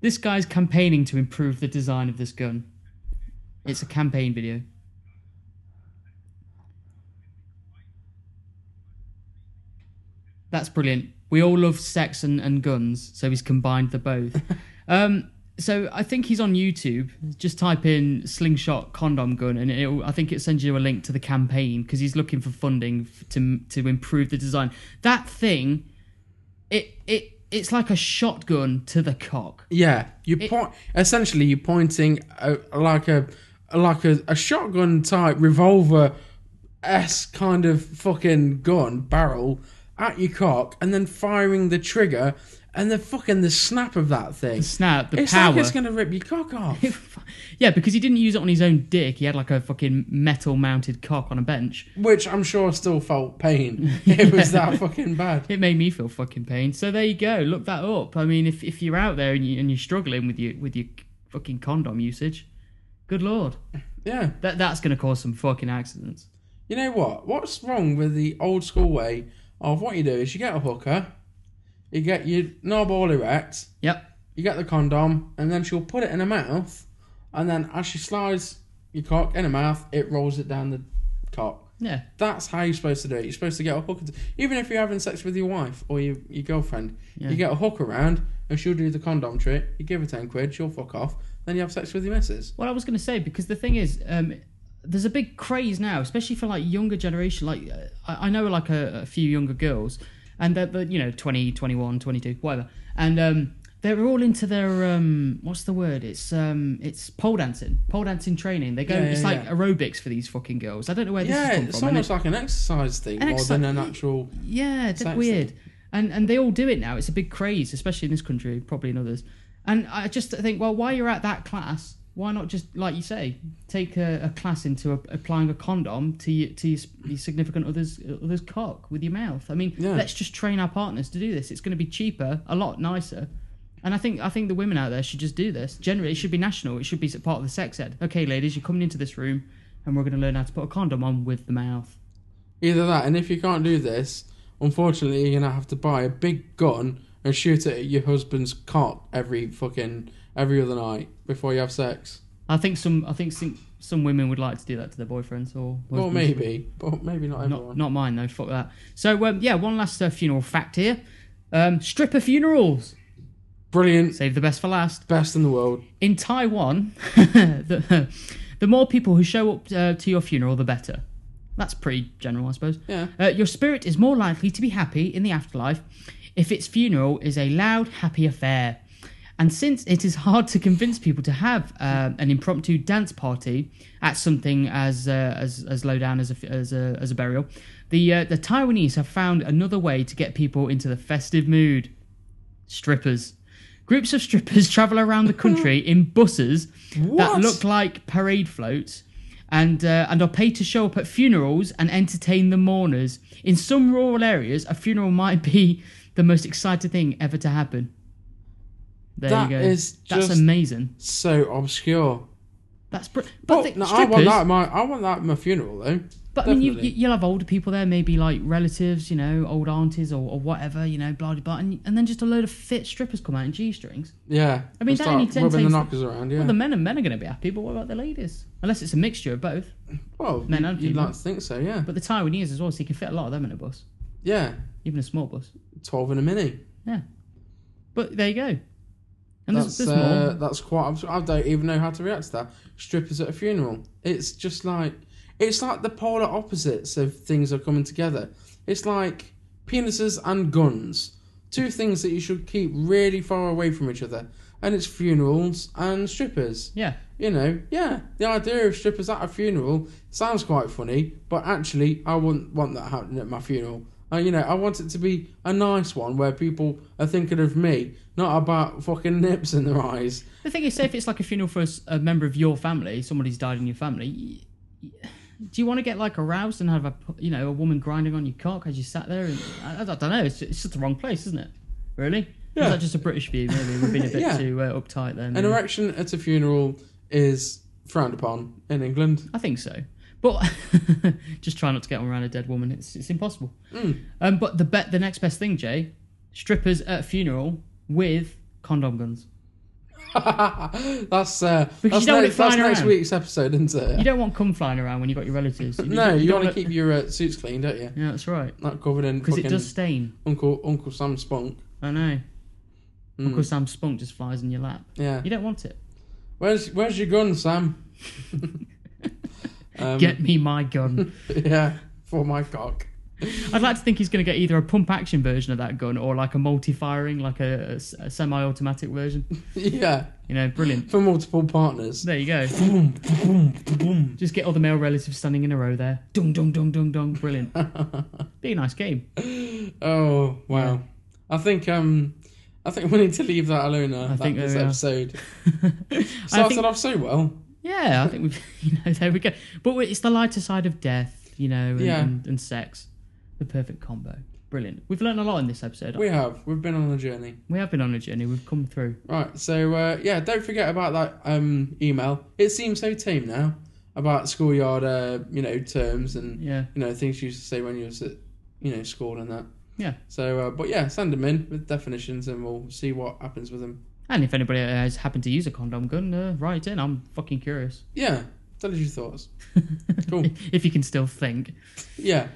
[SPEAKER 3] this guy's campaigning to improve the design of this gun. It's a campaign video. That's brilliant. We all love sex and, and guns, so he's combined the both. um, so I think he's on YouTube. Just type in slingshot condom gun, and it'll, I think it sends you a link to the campaign because he's looking for funding f- to to improve the design. That thing, it it it's like a shotgun to the cock.
[SPEAKER 1] Yeah, you point essentially you're pointing a, like a like a, a shotgun type revolver s kind of fucking gun barrel at your cock and then firing the trigger and the fucking the snap of that thing.
[SPEAKER 3] Snap the
[SPEAKER 1] it's
[SPEAKER 3] power.
[SPEAKER 1] like it's gonna rip your cock off.
[SPEAKER 3] yeah, because he didn't use it on his own dick. He had like a fucking metal mounted cock on a bench.
[SPEAKER 1] Which I'm sure still felt pain. It was that fucking bad.
[SPEAKER 3] It made me feel fucking pain. So there you go. Look that up. I mean, if, if you're out there and, you, and you're struggling with your with your fucking condom usage, good lord,
[SPEAKER 1] Yeah.
[SPEAKER 3] that that's gonna cause some fucking accidents.
[SPEAKER 1] You know what? What's wrong with the old school way of what you do is you get a hooker, you get your knob all erect,
[SPEAKER 3] Yep.
[SPEAKER 1] you get the condom, and then she'll put it in her mouth, and then as she slides your cock in her mouth, it rolls it down the cock.
[SPEAKER 3] Yeah.
[SPEAKER 1] That's how you're supposed to do it. You're supposed to get a hooker, to, even if you're having sex with your wife or your, your girlfriend.
[SPEAKER 3] Yeah.
[SPEAKER 1] You get a hook around, and she'll do the condom trick. You give her ten quid, she'll fuck off. Then you have sex with your missus.
[SPEAKER 3] Well, I was going to say because the thing is, um, there's a big craze now, especially for like younger generation. Like uh, I, I know like a, a few younger girls, and they're, they're, you know 20, 21, 22, whatever, and um, they're all into their um, what's the word? It's um, it's pole dancing, pole dancing training. They go,
[SPEAKER 1] Yeah, yeah,
[SPEAKER 3] it's like
[SPEAKER 1] yeah.
[SPEAKER 3] aerobics for these fucking girls. I don't know where this
[SPEAKER 1] Yeah,
[SPEAKER 3] is
[SPEAKER 1] it's
[SPEAKER 3] from. and
[SPEAKER 1] almost like an exercise thing
[SPEAKER 3] An
[SPEAKER 1] more
[SPEAKER 3] exercise-
[SPEAKER 1] than an actual.
[SPEAKER 3] yeah, it's
[SPEAKER 1] Sex
[SPEAKER 3] weird. And and they all do it now. It's a big craze, especially in this country, probably in others. And I just think, well, while you're at that class, why not just, like you say, take a, a class into a, applying a condom to your, to your, s- your significant other's other's cock with your mouth? I mean,
[SPEAKER 1] Yeah.
[SPEAKER 3] let's just train our partners to do this. It's going to be cheaper, a lot nicer. And I think I think the women out there should just do this. Generally, it should be national. It should be part of the sex ed. Okay, ladies, you're coming into this room, and we're going to learn how to put a condom on with the mouth.
[SPEAKER 1] Either that, and if you can't do this, unfortunately, you're gonna have to buy a big gun and shoot it at your husband's cock every fucking every other night before you have sex.
[SPEAKER 3] I think some I think some, some women would like to do that to their boyfriends or
[SPEAKER 1] Well,
[SPEAKER 3] husbands.
[SPEAKER 1] maybe, but maybe not
[SPEAKER 3] not
[SPEAKER 1] everyone.
[SPEAKER 3] not mine though. Fuck that. So um, yeah, one last uh, funeral fact here: um, stripper funerals
[SPEAKER 1] Brilliant,
[SPEAKER 3] save the best for last.
[SPEAKER 1] best in the world.
[SPEAKER 3] In Taiwan, the, the more people who show up uh, to your funeral, the better. That's pretty general, I suppose.
[SPEAKER 1] Yeah.
[SPEAKER 3] Uh, your spirit is more likely to be happy in the afterlife if its funeral is a loud, happy affair. And since it is hard to convince people to have uh, an impromptu dance party at something as uh, as, as low down as a, as a, as a burial, the uh, the Taiwanese have found another way to get people into the festive mood strippers. Groups of strippers travel around the country in buses that
[SPEAKER 1] What?
[SPEAKER 3] look like parade floats and uh, and are paid to show up at funerals and entertain the mourners. In some rural areas, a funeral might be the most exciting thing ever to happen. There
[SPEAKER 1] That
[SPEAKER 3] you go.
[SPEAKER 1] is
[SPEAKER 3] That's
[SPEAKER 1] just-
[SPEAKER 3] amazing.
[SPEAKER 1] So obscure.
[SPEAKER 3] That's br-
[SPEAKER 1] But
[SPEAKER 3] but the
[SPEAKER 1] no, I
[SPEAKER 3] strippers,
[SPEAKER 1] want that at my I want that at my funeral though.
[SPEAKER 3] But I mean, you,
[SPEAKER 1] Definitely.
[SPEAKER 3] you- you'll have older people there, maybe like relatives, you know, old aunties or, or whatever, you know, blah, blah, blah. And, and then just a load of fit strippers come out in G strings.
[SPEAKER 1] Yeah.
[SPEAKER 3] I mean,
[SPEAKER 1] And
[SPEAKER 3] that
[SPEAKER 1] start
[SPEAKER 3] only ten
[SPEAKER 1] rubbing the
[SPEAKER 3] takes-
[SPEAKER 1] knockers around. Yeah.
[SPEAKER 3] Well, the men and men are going to be happy, but what about the ladies? Unless it's a mixture of both.
[SPEAKER 1] Well,
[SPEAKER 3] men and
[SPEAKER 1] you'd
[SPEAKER 3] female.
[SPEAKER 1] like to think so. Yeah.
[SPEAKER 3] But the Taiwanese as well, so you can fit a lot of them in a bus,
[SPEAKER 1] Yeah.
[SPEAKER 3] even a small bus.
[SPEAKER 1] Twelve in a mini.
[SPEAKER 3] Yeah. But there you go. And
[SPEAKER 1] that's
[SPEAKER 3] there's, there's
[SPEAKER 1] uh,
[SPEAKER 3] more.
[SPEAKER 1] that's quite. abs- I don't even know how to react to that. Strippers at a funeral. It's just like it's like the polar opposites of things are coming together. It's like penises and guns, two things that you should keep really far away from each other. And it's funerals and strippers.
[SPEAKER 3] Yeah.
[SPEAKER 1] You know, yeah, the idea of strippers at a funeral sounds quite funny, but actually, I wouldn't want that happening at my funeral. Uh, you know, I want it to be a nice one where people are thinking of me, not about fucking nips in their eyes.
[SPEAKER 3] The thing is, say if it's like a funeral for a s- a member of your family, somebody's died in your family, y- y- do you want to get like aroused and have a p- you know a woman grinding on your cock as you sat there? And, I, I don't know. It's, it's just the wrong place, isn't it? Really? Or
[SPEAKER 1] Yeah.
[SPEAKER 3] Is that just a British view? Maybe we've been a bit
[SPEAKER 1] Yeah.
[SPEAKER 3] too uh, uptight then.
[SPEAKER 1] An erection at a funeral is frowned upon in England.
[SPEAKER 3] I think so. But just try not to get on around a dead woman. It's it's impossible.
[SPEAKER 1] Hmm.
[SPEAKER 3] Um, but the bet the next best thing, Jay, strippers at a funeral with condom guns.
[SPEAKER 1] that's uh,
[SPEAKER 3] Because
[SPEAKER 1] that's,
[SPEAKER 3] you don't want
[SPEAKER 1] next,
[SPEAKER 3] it
[SPEAKER 1] that's
[SPEAKER 3] flying
[SPEAKER 1] next
[SPEAKER 3] around.
[SPEAKER 1] week's episode, isn't
[SPEAKER 3] You
[SPEAKER 1] it?
[SPEAKER 3] don't want cum flying around when you've got your relatives.
[SPEAKER 1] No, you, want
[SPEAKER 3] don't
[SPEAKER 1] to
[SPEAKER 3] let-
[SPEAKER 1] keep your uh, suits clean, don't you?
[SPEAKER 3] Yeah, that's right.
[SPEAKER 1] Not covered in
[SPEAKER 3] Because
[SPEAKER 1] fucking
[SPEAKER 3] it does stain.
[SPEAKER 1] Uncle Uncle Sam spunk.
[SPEAKER 3] I know.
[SPEAKER 1] Mm.
[SPEAKER 3] Uncle Sam Spunk just flies in your lap.
[SPEAKER 1] Yeah.
[SPEAKER 3] You don't want it.
[SPEAKER 1] Where's Where's your gun, Sam? um,
[SPEAKER 3] Get me my gun.
[SPEAKER 1] yeah for my cock.
[SPEAKER 3] I'd like to think he's going to get either a pump action version of that gun or like a multi firing, like a, semi automatic version.
[SPEAKER 1] yeah,
[SPEAKER 3] You know, brilliant.
[SPEAKER 1] for multiple partners.
[SPEAKER 3] There you go. Just get all the male relatives standing in a row there. Dung, dung, dung, dung, dung. Brilliant. Be a nice game.
[SPEAKER 1] Oh wow! I think um, I think we need to leave that alone. Uh,
[SPEAKER 3] I
[SPEAKER 1] that,
[SPEAKER 3] think
[SPEAKER 1] this
[SPEAKER 3] we are.
[SPEAKER 1] episode
[SPEAKER 3] I
[SPEAKER 1] started
[SPEAKER 3] think,
[SPEAKER 1] off so well.
[SPEAKER 3] yeah, I think we've, you know, there we go. But it's the lighter side of death, you know, and,
[SPEAKER 1] Yeah.
[SPEAKER 3] and, and sex. The perfect combo. Brilliant. We've learned a lot in this episode.
[SPEAKER 1] We have we've been on a journey.
[SPEAKER 3] We have been on a journey. We've come through.
[SPEAKER 1] Right, so uh, yeah, don't forget about that um, email. It seems so tame now about schoolyard, uh, you know, terms and
[SPEAKER 3] Yeah.
[SPEAKER 1] you know things you used to say when you was at you know school and that.
[SPEAKER 3] Yeah.
[SPEAKER 1] So, uh, but yeah, send them in with definitions, and we'll see what happens with them.
[SPEAKER 3] And if anybody has happened to use a condom gun, uh, write in. I'm fucking curious.
[SPEAKER 1] Yeah, tell us your thoughts. Cool.
[SPEAKER 3] if you can still think.
[SPEAKER 1] Yeah,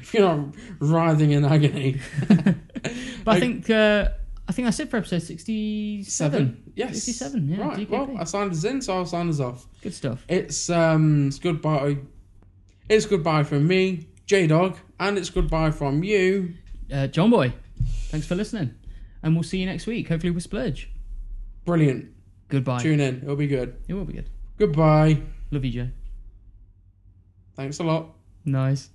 [SPEAKER 1] if you're not writhing in agony.
[SPEAKER 3] But I
[SPEAKER 1] Like-
[SPEAKER 3] think uh, I think that's it for episode 67.
[SPEAKER 1] Yes.
[SPEAKER 3] 67, yeah,
[SPEAKER 1] Right.
[SPEAKER 3] DKP.
[SPEAKER 1] Well, I signed us in, so I'll sign us off.
[SPEAKER 3] Good stuff.
[SPEAKER 1] It's um, it's goodbye. It's goodbye from me, J Dog, and it's goodbye from you.
[SPEAKER 3] Uh, John Boy, thanks for listening. And we'll see you next week. Hopefully with Splurge.
[SPEAKER 1] Brilliant.
[SPEAKER 3] Goodbye.
[SPEAKER 1] Tune in. It'll be good.
[SPEAKER 3] It will be good.
[SPEAKER 1] Goodbye.
[SPEAKER 3] Love you, Joe.
[SPEAKER 1] Thanks a lot.
[SPEAKER 3] Nice.